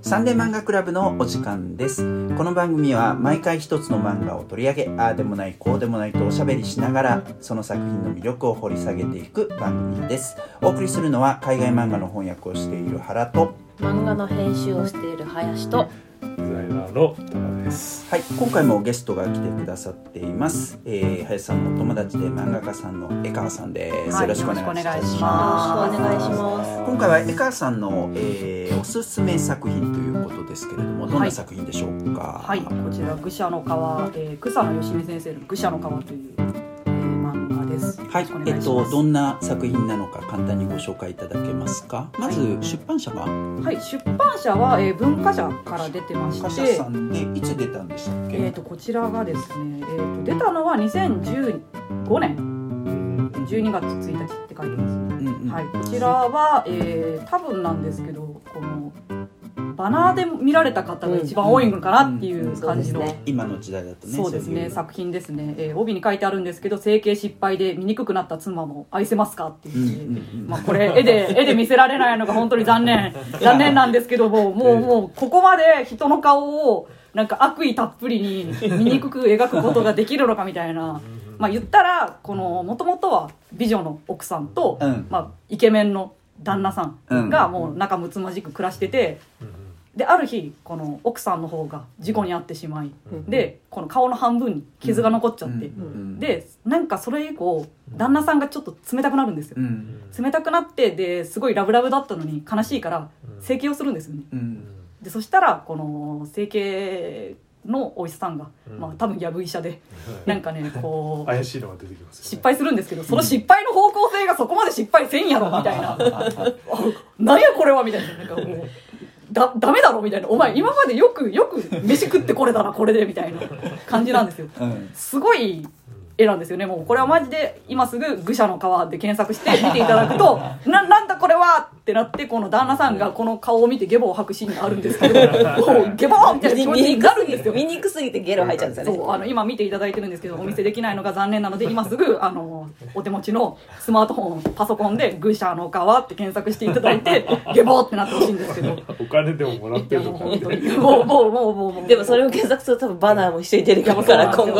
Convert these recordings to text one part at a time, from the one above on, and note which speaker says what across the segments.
Speaker 1: サンデー漫画クラブのお時間ですこの番組は毎回一つの漫画を取り上げああでもないこうでもないとおしゃべりしながらその作品の魅力を掘り下げていく番組ですお送りするのは海外漫画の翻訳をしている原と
Speaker 2: 漫画の編集をしている林と
Speaker 3: デザイナーの田中です。
Speaker 1: はい、今回もゲストが来てくださっています。えー、林さんのお友達で漫画家さんの江川さんです。
Speaker 4: はい
Speaker 2: よろしくお願いします
Speaker 1: 今回は江川さんの、えーおすすめ作品ということですけれども、どんな作品でしょうか。
Speaker 4: はい、こちら愚者の川、えー、草野よしみ先生の愚者の川という、えー漫画です。
Speaker 1: はい
Speaker 4: よろしくお、
Speaker 1: え
Speaker 4: 願
Speaker 1: っ
Speaker 4: いし
Speaker 1: と
Speaker 4: ます
Speaker 1: どんな作品なのか簡単にご紹介いただけますか。まず出版社が
Speaker 4: はい、出版社は、えー文化社から出てま
Speaker 1: 歌
Speaker 4: し
Speaker 1: 社
Speaker 4: て
Speaker 1: さ、んでいつ出たんでしたっけ。
Speaker 4: えっとこちらがですね、えーと出たのは2015年
Speaker 3: うん
Speaker 4: 12月1日って書いてます。
Speaker 1: うんうん
Speaker 4: はい、こちらは、えー多分なんですけど、このバナーで見られた方が一番多いのかなっていう感じの。
Speaker 1: 今の時代だとね。
Speaker 4: そうです
Speaker 1: い
Speaker 4: ね作品ですね、えー帯に書いてあるんですけど整形失敗で醜くなった妻も愛せますかっていうう、
Speaker 1: んうんうん
Speaker 4: まあ、これ絵で絵で見せられ ないのが本当に残念残念なんですけどももうもうここまで人の顔をなんか悪意たっぷりに醜く描くことができるのかみたいな、まあ、言ったらこのもともとは美女の奥さんと、
Speaker 1: うん
Speaker 4: まあ、イケメンの旦那さんがもう仲睦まじく暮らしてて。である日この奥さんの方が事故に遭ってしまい、
Speaker 2: うん
Speaker 4: でこの顔の半分に傷が残っちゃって、
Speaker 1: うんうん、
Speaker 4: でなんかそれ以降旦那さんがちょっと冷たくなるんですよ
Speaker 1: う、ん
Speaker 4: 冷たくなってですごいラブラブだったのに悲しいから
Speaker 3: うん
Speaker 4: 整形をするんですよね
Speaker 1: うん
Speaker 4: でそしたらこの整形のお医者さんが、
Speaker 3: うん
Speaker 4: まあ、多分やぶ医者で
Speaker 3: な
Speaker 4: なんんかねこ う
Speaker 3: 怪しいのが出てきますよね。
Speaker 4: 失敗するんですけどその失敗の方向性がそこまで失敗せんやろみたいな なんやこれはみたいな。なんかもう、だ、ダメだろみたいな。お前今までよく、よく飯食ってこれだな、これで、みたいな感じなんですよ。
Speaker 1: うん
Speaker 4: すごい絵なんですよね。もうこれはマジで今すぐ愚者の皮で検索して見ていただ くと、な、なんだこれはってなって、この旦那さんがこの顔を見てゲボを吐くシーンがあるんですけど、 もうゲボーみたいな気持ちになるんですよ。
Speaker 2: 醜すぎてゲロ吐いちゃうんですよね
Speaker 4: そうあの今見ていただいてるんですけどお見せできないのが残念なので今すぐあのお手持ちのスマートフォンパソコンで「愚者の川」って検索していただい てゲボーってなってほしいんですけど。
Speaker 3: お金でももらっ
Speaker 4: い
Speaker 3: て
Speaker 4: や
Speaker 3: るの
Speaker 4: もう
Speaker 3: か
Speaker 4: 本当にもうもうもうもうもう
Speaker 2: でもそれを検索すると多分バナーも一緒に出てくるから
Speaker 4: そう
Speaker 2: 今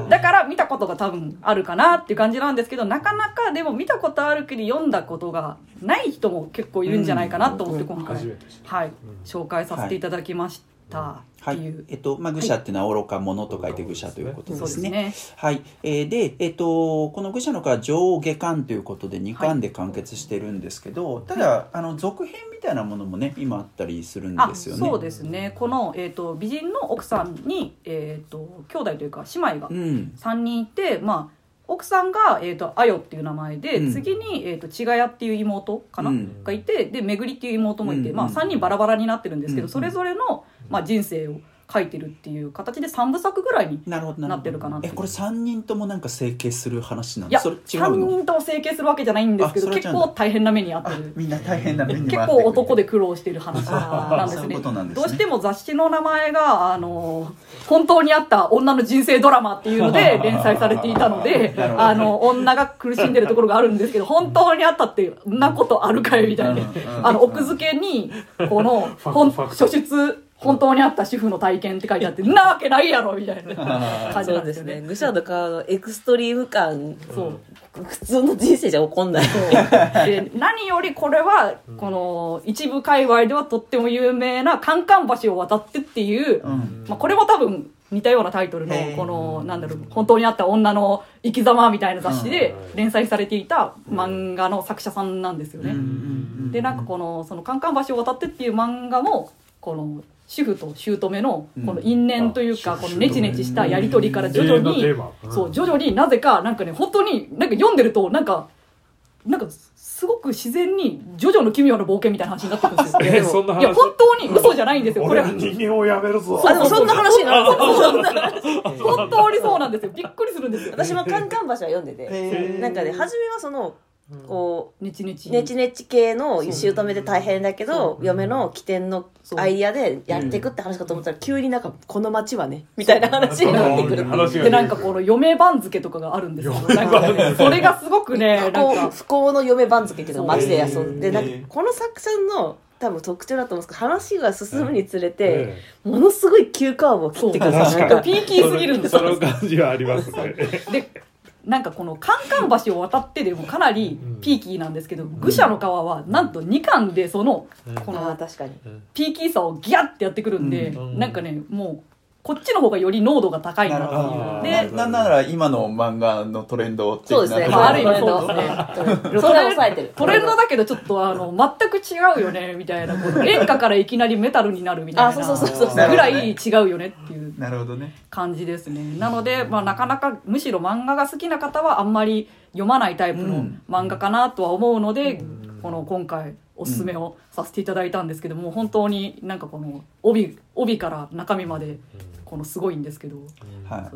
Speaker 2: 後
Speaker 4: だから見たことが多分あるかなっていう感じなんですけどなかなかでも見たことあるけど読んだことがない人も結構いるんじゃないかなと思って今回、
Speaker 3: 初めて知っ
Speaker 4: はい、紹介させていただきました
Speaker 1: は
Speaker 4: ってい、、
Speaker 1: いうえっと、まあ、愚者っていうのは愚か者と書いて愚者ということ
Speaker 4: そう
Speaker 1: で
Speaker 4: ですす
Speaker 1: ね。
Speaker 4: ね
Speaker 1: はい、えーで、えっと、この愚者の川上下巻ということで2巻で完結してるんですけど、ただあの続編みたいなものもね今あったりするん
Speaker 4: あ
Speaker 1: ですよね。
Speaker 4: そうですねこの、えー、と美人の奥さんに、えー、と兄弟というか姉妹が
Speaker 1: うん
Speaker 4: 3人いて、まあ、奥さんが、えー、とあよっていう名前で、
Speaker 1: うん
Speaker 4: 次に、えー、とちがやっていう妹かな、
Speaker 1: うん
Speaker 4: がいてでめぐりっていう妹もいて、
Speaker 1: うん
Speaker 4: まあ、3人バラバラになってるんですけど、
Speaker 1: うん
Speaker 4: それぞれの、まあ、人生を書いてるっていう形で3部作ぐらいに。
Speaker 1: なるほどるほど
Speaker 4: なってるかなって
Speaker 1: えこれ3人ともなんか整形する話なの
Speaker 4: いや
Speaker 1: それ違
Speaker 4: 3
Speaker 1: うの
Speaker 4: 人とも整形するわけじゃないんですけど
Speaker 1: あそれじゃ
Speaker 4: 結
Speaker 1: ない
Speaker 4: 構大変な目に遭って
Speaker 1: あ
Speaker 4: る
Speaker 1: みんな大変な目に
Speaker 4: 結
Speaker 1: は
Speaker 4: 構男で苦労している話なんです
Speaker 1: そういう
Speaker 4: ね
Speaker 1: ことなんですね
Speaker 4: どうしても雑誌の名前が、あの本当にあった女の人生ドラマっていう ので連載されていたので、
Speaker 1: なるほど
Speaker 4: あの、女が苦しんでるところがあるんですけど、本当にあったって、そんなことあるかいみたいな
Speaker 1: うんう。ん
Speaker 4: あの、奥付けに、この、
Speaker 3: ァクト
Speaker 4: ほん
Speaker 3: ファク
Speaker 4: 初出、本当にあった主婦の体験って書いてあって、んなわけないやろみたいな感じ
Speaker 2: そ
Speaker 4: な
Speaker 2: うんで
Speaker 4: ですす
Speaker 2: ね
Speaker 4: ね。
Speaker 2: 愚者の川のエクストリーム感
Speaker 4: そう。
Speaker 2: 普通の人生じゃ起こんない
Speaker 4: で何よりこれはこの一部界隈ではとっても有名なカンカン橋を渡ってっていう、
Speaker 1: うん
Speaker 4: まあ、これも多分似たようなタイトルの
Speaker 1: へー
Speaker 4: このなんだろう本当にあった女の生き様みたいな雑誌で
Speaker 3: うん
Speaker 4: 連載されていた漫画の作者さんなんですよ
Speaker 1: うんうん
Speaker 4: ね。
Speaker 1: うん
Speaker 4: でなんかこの「そのカンカン橋を渡って」っていう漫画もこの主婦と姑のこの因縁というか
Speaker 3: うん
Speaker 4: このネチネチしたやり取りから徐々に
Speaker 3: 永遠のテーマ
Speaker 4: そう徐々になぜかなんかね本当になんか読んでるとなんかなんかすごく自然に「ジョジョの奇妙な冒険」みたいな話になってくるんですよ
Speaker 3: え そんな話
Speaker 4: いや本当に嘘じゃないんですよこれ
Speaker 3: 俺
Speaker 4: は
Speaker 3: は人間をやめるぞ。
Speaker 2: あでもそんな話になるそんな
Speaker 4: 本当にそうなんですよびっくりするんですよ
Speaker 2: 私もカンカン橋は読んで
Speaker 1: へ
Speaker 2: て
Speaker 1: ー
Speaker 2: なんかね初めはそのこう
Speaker 4: ネチネチ
Speaker 2: ネチネチ系の姑で大変だけど嫁の起点のアイディアでやっていくって話かと思ったら急になんかこの街はねみたいな話になってくる
Speaker 3: 話が
Speaker 4: でなんかこの嫁番付とかがあるんですよなんかねそれ がすごくねなん
Speaker 2: 不幸
Speaker 4: か
Speaker 2: 不幸の嫁番付っていうのがマジで
Speaker 1: そう
Speaker 2: 遊んでなんかこの作者の多分特徴だと思うんですけど話が進むにつれて、
Speaker 3: え
Speaker 2: ものすごい急カーブを切ってくるんですよなんか
Speaker 4: ピーキーすぎるん
Speaker 3: え
Speaker 4: です
Speaker 3: そ
Speaker 4: よ
Speaker 3: の感じはありますね。
Speaker 4: でなんかこのカンカン橋を渡ってでもかなりピーキーなんですけど、愚者の川はなんと2巻でそのこ
Speaker 2: ああ
Speaker 4: の
Speaker 2: 確かに
Speaker 4: ピーキーさをギャッてやってくるんで、
Speaker 3: うん
Speaker 4: なんかねもうこっちの方がより濃度が高いな
Speaker 1: なるほ
Speaker 4: っ
Speaker 3: ど
Speaker 4: て
Speaker 3: ね
Speaker 4: いう
Speaker 1: ななんなら今の漫画のトレンド的
Speaker 2: そう
Speaker 1: な
Speaker 2: です
Speaker 1: と
Speaker 2: ね、
Speaker 1: ころ
Speaker 4: ま
Speaker 1: も
Speaker 4: ある意味そう
Speaker 2: です
Speaker 4: で
Speaker 2: ねそれを抑えてる
Speaker 4: トレンドだけどちょっとあの全く違うよねみたいなこの演歌からいきなりメタルになるみたいな
Speaker 2: あそうそうそう
Speaker 1: そう
Speaker 4: ぐらい違うよねっていう
Speaker 1: なるほどね
Speaker 4: 感じですねなので、まあ、なかなかむしろ漫画が好きな方はあんまり読まないタイプ
Speaker 1: う
Speaker 4: の
Speaker 1: ん
Speaker 4: 漫画かなとは思うので、この今回おすすめをさせていただいたんですけども、本当になんかこの帯帯から中身までこのすごいんですけど、
Speaker 1: はい、
Speaker 4: そうですね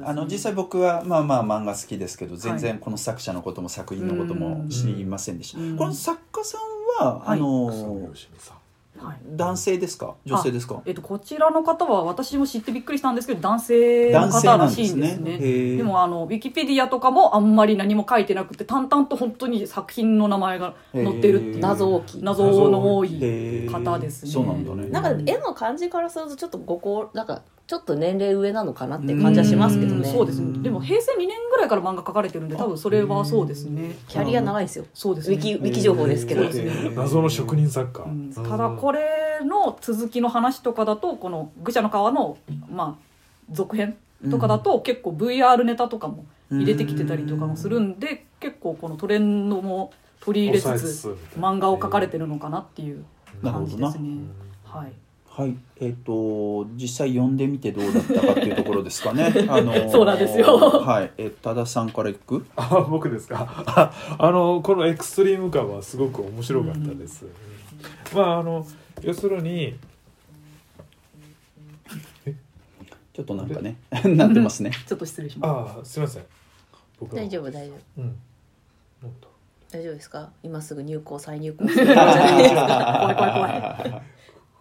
Speaker 1: あの実際僕はまあまあ漫画好きですけど全然この作者のことも作品のことも知りませんでした、
Speaker 4: うん
Speaker 1: この作家さんは、
Speaker 4: はい
Speaker 1: あの
Speaker 3: そう吉見さん
Speaker 4: はい
Speaker 1: 男性ですか女性ですか
Speaker 4: えっと、こちらの方は私も知ってびっくりしたんですけど男性の方らしいんです
Speaker 1: 男性な
Speaker 4: ね
Speaker 1: んですねへえ
Speaker 4: でもあのウィキペディアとかもあんまり何も書いてなくて淡々と本当に作品の名前が載ってるっていう
Speaker 1: へえ
Speaker 2: 謎大きい
Speaker 4: 謎の多い
Speaker 1: へえ
Speaker 4: 方ですね
Speaker 1: そうなんだね
Speaker 2: なんか絵の感じからするとちょっとごこなんかちょっと年齢上なのかなって感じはしますけど
Speaker 4: うん
Speaker 2: ね
Speaker 4: そうですねでも平成2年ぐらいから漫画描かれてるんで多分それはそうですね
Speaker 2: キャリア長いんですよ
Speaker 4: そうで
Speaker 2: ウ
Speaker 4: すね
Speaker 2: ィキウィキ情報ですけど、
Speaker 4: そうですね
Speaker 3: 謎の職人作家
Speaker 4: う。んただこれの続きの話とかだとこの「愚者の川の」まあ、続編とかだと結構 VR ネタとかも入れてきてたりとかもするんで結構このトレンドも取り入れつ
Speaker 3: 抑えつつ
Speaker 4: つ漫画を描かれてるのかなっていう感じですね。はい
Speaker 1: はいえっ、と実際読んでみてどうだったかっていうところですか ねあのー
Speaker 4: そうなんですよ
Speaker 1: はい、えー多田さんからいく
Speaker 3: あ僕ですか あのこのエクストリーム感はすごく面白かったです、まああの要するに
Speaker 1: ちょっとなんかね なってますね
Speaker 4: ちょっと失礼します。
Speaker 3: ああすいません僕は
Speaker 2: 大丈夫大丈夫
Speaker 3: うんなんだ
Speaker 2: 大丈夫ですか今すぐ入校再 入校す
Speaker 4: 怖
Speaker 2: る
Speaker 4: い怖い怖 い。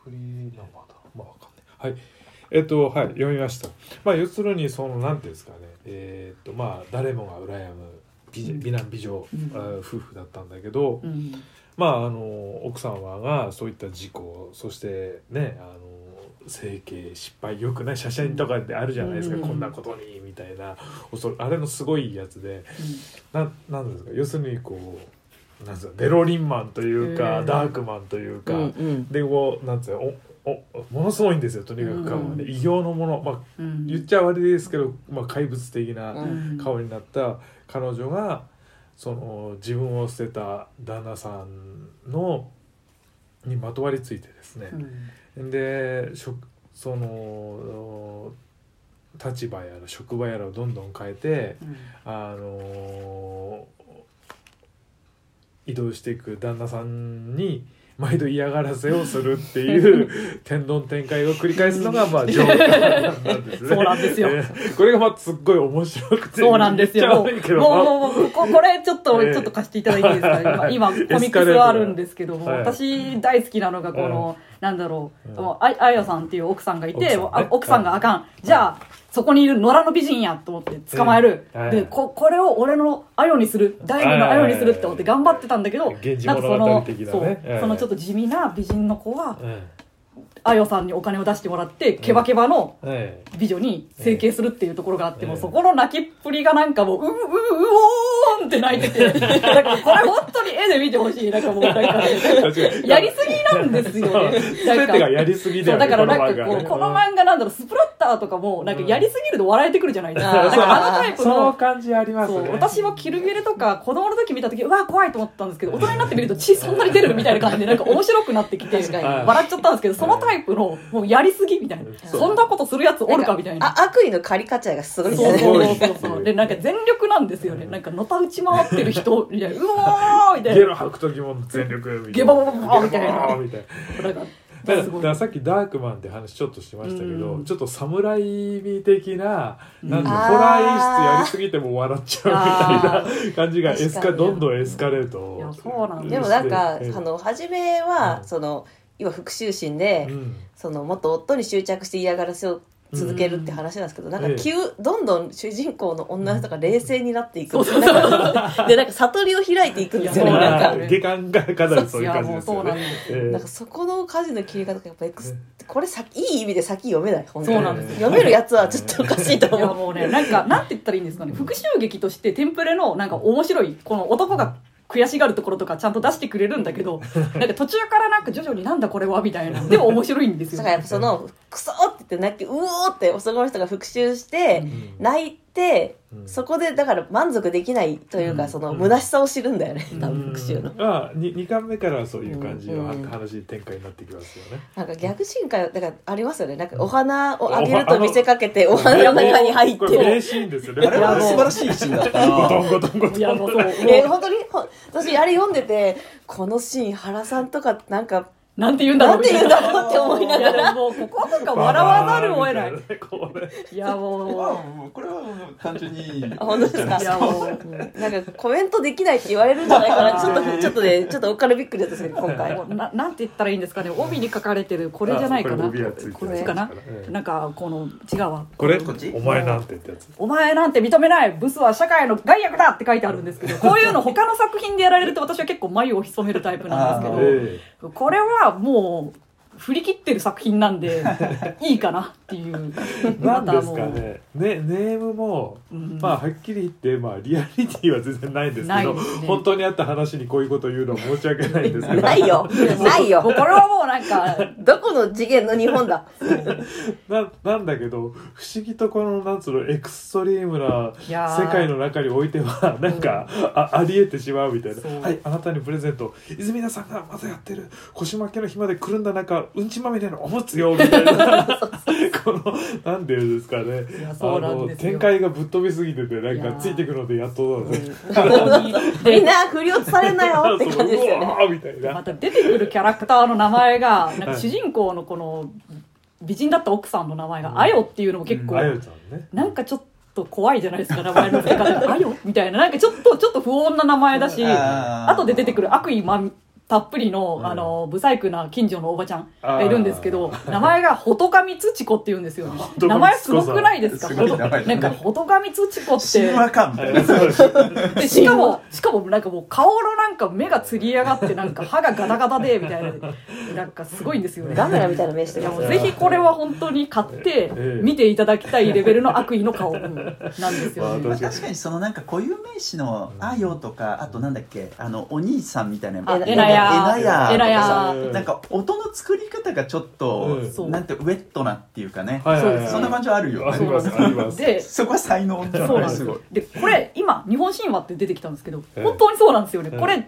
Speaker 3: フリーナンバーだまあわかんないはいえっとはい読みましたまあ要するにそのなんていうんですかねえーっとまあ誰もが羨む美女美男美女、
Speaker 4: うん
Speaker 3: あー夫婦だったんだけど、
Speaker 4: うん
Speaker 3: まあ、あの奥様がそういった事故そしてねあの整形失敗よくない写真とかってあるじゃないですか、
Speaker 4: うん
Speaker 3: こんなことにみたいな恐れあれのすごいやつでななんですか要するにこうなんですかデロリンマンというか、
Speaker 4: うん
Speaker 3: ダークマンというか、
Speaker 2: うんうん
Speaker 3: でこうなんつうのおおものすごいんですよとにかく顔がね、異形のもの、まあ、
Speaker 4: うん
Speaker 3: 言っちゃ悪いですけど、まあ、怪物的な。
Speaker 2: うん
Speaker 3: 顔になった彼女がその自分を捨てた旦那さんのにまとわりついてですね、で職その立場やら職場やらをどんどん変えて、あの移動していく旦那さんに毎度嫌がらせをするっていう天丼展開を繰り返すのがまあ上巻なんですね。
Speaker 4: そうなんですよ
Speaker 3: えーこれがまあすっごい面白くて
Speaker 4: そうなんです
Speaker 3: めっちゃ
Speaker 4: よ。も
Speaker 3: 悪
Speaker 4: う
Speaker 3: いけ、ど
Speaker 4: もう、もうもうここ、これ、ちょっと、
Speaker 3: ええ
Speaker 4: ちょっと貸していただいていいですか今、今
Speaker 3: エスカレート
Speaker 4: コミックスはあるんですけども、
Speaker 3: はい
Speaker 4: 私、大好きなのが、この、なんだろう、
Speaker 3: うん
Speaker 4: もうああやさんっていう奥さんがい
Speaker 3: 奥さ
Speaker 4: て、
Speaker 3: んね
Speaker 4: あ奥さんがあかん。じゃあ、そこにいる野良の美人やと思って捕まえる。
Speaker 3: ええはい
Speaker 4: で、こ、これを俺のあよにする、第二のあよにするって思って頑張ってたんだけど、
Speaker 3: 源氏
Speaker 4: なん
Speaker 3: 物
Speaker 4: か
Speaker 3: 語
Speaker 4: その、
Speaker 3: 的なね
Speaker 4: そう、
Speaker 3: ええ
Speaker 4: そのちょっと地味な美人の子は、
Speaker 3: え
Speaker 4: あよさんにお金を出してもらって、ケバケバの、
Speaker 3: ええ
Speaker 4: 美女に整形するっていうところがあっても、
Speaker 3: ええ
Speaker 4: そこの泣きっぷりがなんかもう、う、う、う、おーんって泣いてて、なんかこれ本当に絵で見てほしい。なんかもう、なんか、
Speaker 3: え確かに
Speaker 4: やりすぎなんですよね。
Speaker 3: そう
Speaker 4: なん
Speaker 3: 全
Speaker 4: か
Speaker 3: てがやりすぎだ
Speaker 4: そ
Speaker 3: よ
Speaker 4: う
Speaker 3: ね
Speaker 4: だからなんか
Speaker 3: の漫
Speaker 4: こ
Speaker 3: 画
Speaker 4: う、
Speaker 3: ね
Speaker 4: この漫画なんだろう、スプラッターとかも、なんかやりすぎると笑えてくるじゃないですか。
Speaker 2: うん
Speaker 4: なんかあのタイプ
Speaker 3: その
Speaker 4: の、
Speaker 3: 感じあります
Speaker 4: そう
Speaker 3: ね
Speaker 4: 私はキルビルとか子供の時見た時うわ怖いと思ったんですけど大人になってみると血そんなに出るみたいな感じでなんか面白くなってきて
Speaker 2: 確かに
Speaker 4: 笑っちゃったんですけどそのタイプのもうやりすぎみたいな
Speaker 3: そう
Speaker 4: そんなことするやつおるかみたいな
Speaker 2: あ悪意のカリカチャーがすごいです
Speaker 4: そう
Speaker 2: ね
Speaker 4: そうそうそうでなんか全力なんですよねなんかのた打ち回ってる人みたいなうわーみたい
Speaker 3: ゲ
Speaker 4: な
Speaker 3: ロ吐く時も全力みたいな
Speaker 4: ゲババババみたいな
Speaker 3: ゲバババみたいな
Speaker 4: なんか
Speaker 3: だから
Speaker 4: すご
Speaker 3: だ
Speaker 4: い
Speaker 3: からさっきダークマンって話ちょっとしましたけど、
Speaker 4: うん
Speaker 3: ちょっと侍味的なな
Speaker 2: うん
Speaker 3: んかホラー演出やりすぎても笑っちゃうみたいな感じがエス
Speaker 2: 確か
Speaker 3: カ
Speaker 2: に
Speaker 3: どんどんエスカレート
Speaker 4: いや
Speaker 3: を
Speaker 4: そうなん
Speaker 2: でもなんか、
Speaker 3: ええ
Speaker 2: あの初めは、
Speaker 3: うん
Speaker 2: その今復讐心で、
Speaker 3: うん
Speaker 2: その元夫に執着して嫌がらせを続けるって話なんですけど、なんか
Speaker 3: ええ
Speaker 2: 急どんどん主人公の女の人が冷静になっていく
Speaker 4: そうそうそう
Speaker 2: なんかでなんか悟りを開いていくんですよね
Speaker 4: そう
Speaker 2: なんか
Speaker 4: ね
Speaker 3: 下巻がかなりそう
Speaker 4: い
Speaker 3: いう
Speaker 4: や
Speaker 3: 感じ
Speaker 4: も
Speaker 3: で
Speaker 4: う
Speaker 3: す
Speaker 4: そう
Speaker 3: よ
Speaker 4: なん
Speaker 3: ね。
Speaker 4: です
Speaker 3: ええ
Speaker 2: なんかそこの舵の切り方がやっぱ X
Speaker 3: ね
Speaker 2: これ先いい意味で先読めない本当に
Speaker 4: そうなんです
Speaker 3: よ
Speaker 2: 読めるやつはちょっとおかしいと
Speaker 4: いや
Speaker 2: 思う
Speaker 4: もうねなんかなんて言ったらいいんですかね復讐劇としてテンプレのなんか面白いこの男が悔しがるところとかちゃんと出してくれるんだけどなんか途中からなんか徐々になんだこれはみたいなでも面白いんです
Speaker 2: だ
Speaker 4: よ
Speaker 2: からやっぱその「クソ!」って言って泣き「うお!」ってそこの人が復讐して
Speaker 3: ん
Speaker 2: 泣いて
Speaker 3: うん
Speaker 2: そこでだから満足できないという
Speaker 3: うん
Speaker 2: かその
Speaker 3: うん
Speaker 2: 虚しさを知るんだよね多分復讐の
Speaker 3: うんあに二巻目からはそういう感じの
Speaker 2: うん
Speaker 3: 話展開になってきますよね。
Speaker 2: なんか逆進化だからありますよねなんかお花をあげると
Speaker 3: お
Speaker 2: 見せかけてお花の中に入っ
Speaker 3: こ
Speaker 2: て
Speaker 3: れ名シーンですよね。
Speaker 1: あれは素晴らしいシーンだ った
Speaker 3: ゴト
Speaker 1: な
Speaker 3: ンゴトンゴトン
Speaker 4: いやもうそうもう
Speaker 2: え本当にほん私あれ読んでてこのシーン原さんとかなんか
Speaker 4: なんて言うんだろう
Speaker 2: なんて言うんだろうって思いながら
Speaker 4: いやもうこことか笑わざるを得な
Speaker 3: ババ
Speaker 4: い
Speaker 3: ーンみたいなねこれ
Speaker 4: いやもう
Speaker 1: これはもう単純に
Speaker 2: あ本当ですか
Speaker 4: いや
Speaker 2: う
Speaker 4: もう
Speaker 2: んなんかコメントできないって言われるんじゃないかなちょっとちょっとねちょっとおっかなびっくりだったんですね今回
Speaker 4: もうななんて言ったらいいんですかね帯に書かれてるこれじゃないか
Speaker 3: あ
Speaker 4: な
Speaker 3: これ帯がついてる
Speaker 4: こっちかな
Speaker 3: ええ
Speaker 4: なんかこの違うわ
Speaker 3: これ
Speaker 1: こっち
Speaker 3: お前なんてってやつ。
Speaker 4: お前なんて認めないブスは社会の害悪だって書いてあるんですけ どこういうの他の作品でやられると私は結構眉を潜めるタイプなんです け
Speaker 3: え
Speaker 4: どこれはもう振り切ってる作品な んでいいかなっていう
Speaker 3: えなんです
Speaker 4: も
Speaker 3: か
Speaker 4: う
Speaker 3: ね。ねネームも
Speaker 4: うん
Speaker 3: まあはっきり言ってまあリアリティは全然ないんです
Speaker 4: な
Speaker 3: け
Speaker 4: い
Speaker 3: ど
Speaker 4: ですね
Speaker 3: 本当にあった話にこういうこと言うのは申し訳ないんですけど。
Speaker 2: ないよ ない
Speaker 4: もう
Speaker 2: よ
Speaker 4: これはもうなん か
Speaker 2: どこの次元の日本だ
Speaker 3: ななんだけど不思議とこのなんつうのエクストリームない
Speaker 4: やー
Speaker 3: 世界の中においてはなんか、あありえてしまうみたいな
Speaker 4: そ
Speaker 3: 「
Speaker 4: う
Speaker 3: はいあなたにプレゼント泉田さんがまだやってる腰巻けの暇でくるんだ中うんちまみれのおむつよ」みたいな このなんていうんですかね
Speaker 4: いや
Speaker 3: あ
Speaker 4: そうなん
Speaker 3: の
Speaker 4: ですよ
Speaker 3: 展開がぶっ飛びすぎててなん
Speaker 4: いや
Speaker 3: か
Speaker 4: ー
Speaker 3: ついてくのでやっとだね。
Speaker 2: みんな振り落とされんなよって
Speaker 3: そう
Speaker 2: 感じですよ
Speaker 3: う
Speaker 2: ね
Speaker 3: わーみたい
Speaker 4: ま
Speaker 3: な。
Speaker 4: た出てくるキャラクターの名前がなんか
Speaker 3: はい
Speaker 4: 主人公のこの美人だった奥さんの名前があよっていうのも結構
Speaker 3: あゆちゃんね。
Speaker 4: なんかちょっと怖いじゃないですか名前の付け方が「あよ」みたいななんかちょっとちょっと不穏な名前だし
Speaker 1: あー
Speaker 4: 後で出てくる悪意まんたっぷりの、
Speaker 3: うん
Speaker 4: あの不細工な近所のおばちゃん
Speaker 3: あ
Speaker 4: が
Speaker 3: ー
Speaker 4: いるんですけど名前が仏上土子っていうんですよ
Speaker 3: 上
Speaker 4: 名前すごくないですか
Speaker 1: すごい名前だね
Speaker 4: なんか仏上土子っ
Speaker 1: 神話
Speaker 4: て
Speaker 1: かみたいな
Speaker 4: でしかもしかもなんかもう顔のなんか目がつり上がってなんか歯がガタガタでみたいななんかすごいんですよね
Speaker 2: ガメラみたいな目して
Speaker 4: い
Speaker 2: る
Speaker 4: やもうぜひこれは本当に買って
Speaker 3: ええ
Speaker 4: 見ていただきたいレベルの悪意の顔なんですよ
Speaker 3: ま
Speaker 4: ね
Speaker 3: あ。
Speaker 1: 確かにそのなんか固有名詞の「あよ」とかあとなんだっけあのお兄さんみたいな
Speaker 4: あ
Speaker 1: えなえ
Speaker 4: えなや
Speaker 1: なや
Speaker 4: えな
Speaker 3: や
Speaker 1: とかさなんか音の作り方がちょっと
Speaker 3: うん
Speaker 4: そう
Speaker 1: なんてウェットなっていうかね
Speaker 3: はいはいはい
Speaker 1: そんな感じはあるよ
Speaker 3: あり
Speaker 1: ね
Speaker 3: ますあります。
Speaker 4: で
Speaker 1: そこは才能じゃ
Speaker 4: そう
Speaker 1: な
Speaker 4: ないんです
Speaker 1: すごい
Speaker 4: よでこれ今日本神話って出てきたんですけど
Speaker 3: ええ
Speaker 4: 本当にそうなんですよね
Speaker 3: ええ
Speaker 4: これ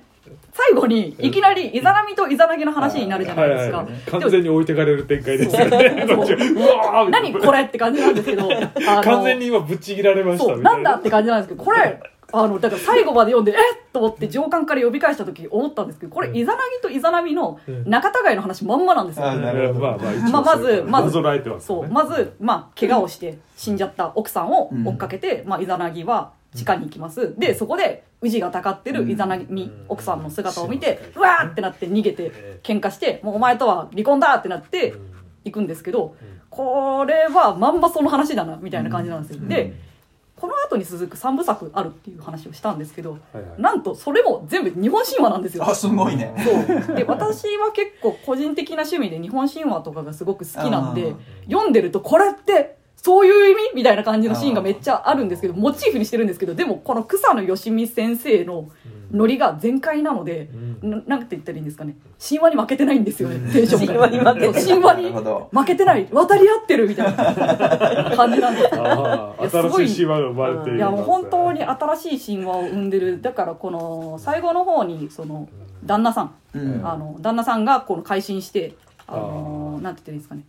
Speaker 4: 最後にいきなりイザナミとイザナギの話になるじゃないですか
Speaker 3: はいはい、完全に置いてかれる展開ですよね。
Speaker 4: そう
Speaker 3: 途 中うわーみたい
Speaker 4: 何
Speaker 3: な
Speaker 4: これって感じなんです けどあ
Speaker 3: 完全に今ぶっちぎられました
Speaker 4: そう
Speaker 3: みた
Speaker 4: ないんだ
Speaker 3: な
Speaker 4: って感じなんですけどこれあのだから最後まで読んでえっと思って上官から呼び返した時思ったんですけどこれ
Speaker 3: うん
Speaker 4: イザナギとイザナミの
Speaker 3: うん
Speaker 4: 仲違いの話まんまなんですよ
Speaker 1: あなるほど
Speaker 3: まあまあ一応
Speaker 4: まあまずまず
Speaker 3: なぞらえてます
Speaker 4: そ
Speaker 3: よ
Speaker 4: う
Speaker 3: ね
Speaker 4: まず、まあ、怪我をして死んじゃった奥さんを追っかけて、まあ、イザナギは地下に行きますでそこで氏がたかってるイザナギ、
Speaker 3: うん
Speaker 4: 奥さんの姿を見
Speaker 3: う
Speaker 4: て
Speaker 3: ん
Speaker 4: うわーってなって逃げて
Speaker 3: ええ
Speaker 4: 喧嘩してもうお前とは離婚だってなって
Speaker 3: うん
Speaker 4: 行くんですけど
Speaker 3: うん
Speaker 4: これはまんまその話だなみたいな感じなんですよ、
Speaker 1: うん
Speaker 4: でこの後に続く3部作あるっていう話をしたんですけど
Speaker 3: はいはい
Speaker 4: なんとそれも全部日本神話なんですよ
Speaker 1: あすごいね
Speaker 4: そうで私は結構個人的な趣味で日本神話とかがすごく好きなん
Speaker 1: あ
Speaker 4: で
Speaker 1: ー
Speaker 4: 読んでるとこれってそういう意味みたいな感じのシーンがめっちゃあるんですけど
Speaker 3: あー
Speaker 4: モチーフにしてるんですけどでもこの草野よしみ先生のノリが全開なので
Speaker 3: うん
Speaker 4: ななんて言ったらいいんですかね神話に負けてないんですよねテンションが
Speaker 2: 神話に負けてない
Speaker 4: 神話に
Speaker 1: なるほど
Speaker 4: 負けてない渡り合ってるみたいな感じなんですよ
Speaker 3: あ
Speaker 4: いや
Speaker 3: あ
Speaker 4: すご
Speaker 3: 新
Speaker 4: い
Speaker 3: しい島が生まれている
Speaker 4: いやもう本当に新しい神話を生んでるだからこの最後の方にその旦那さん
Speaker 1: うん
Speaker 4: あの旦那さんがこの改心してあの
Speaker 3: あー
Speaker 4: なんて言ってるんですかね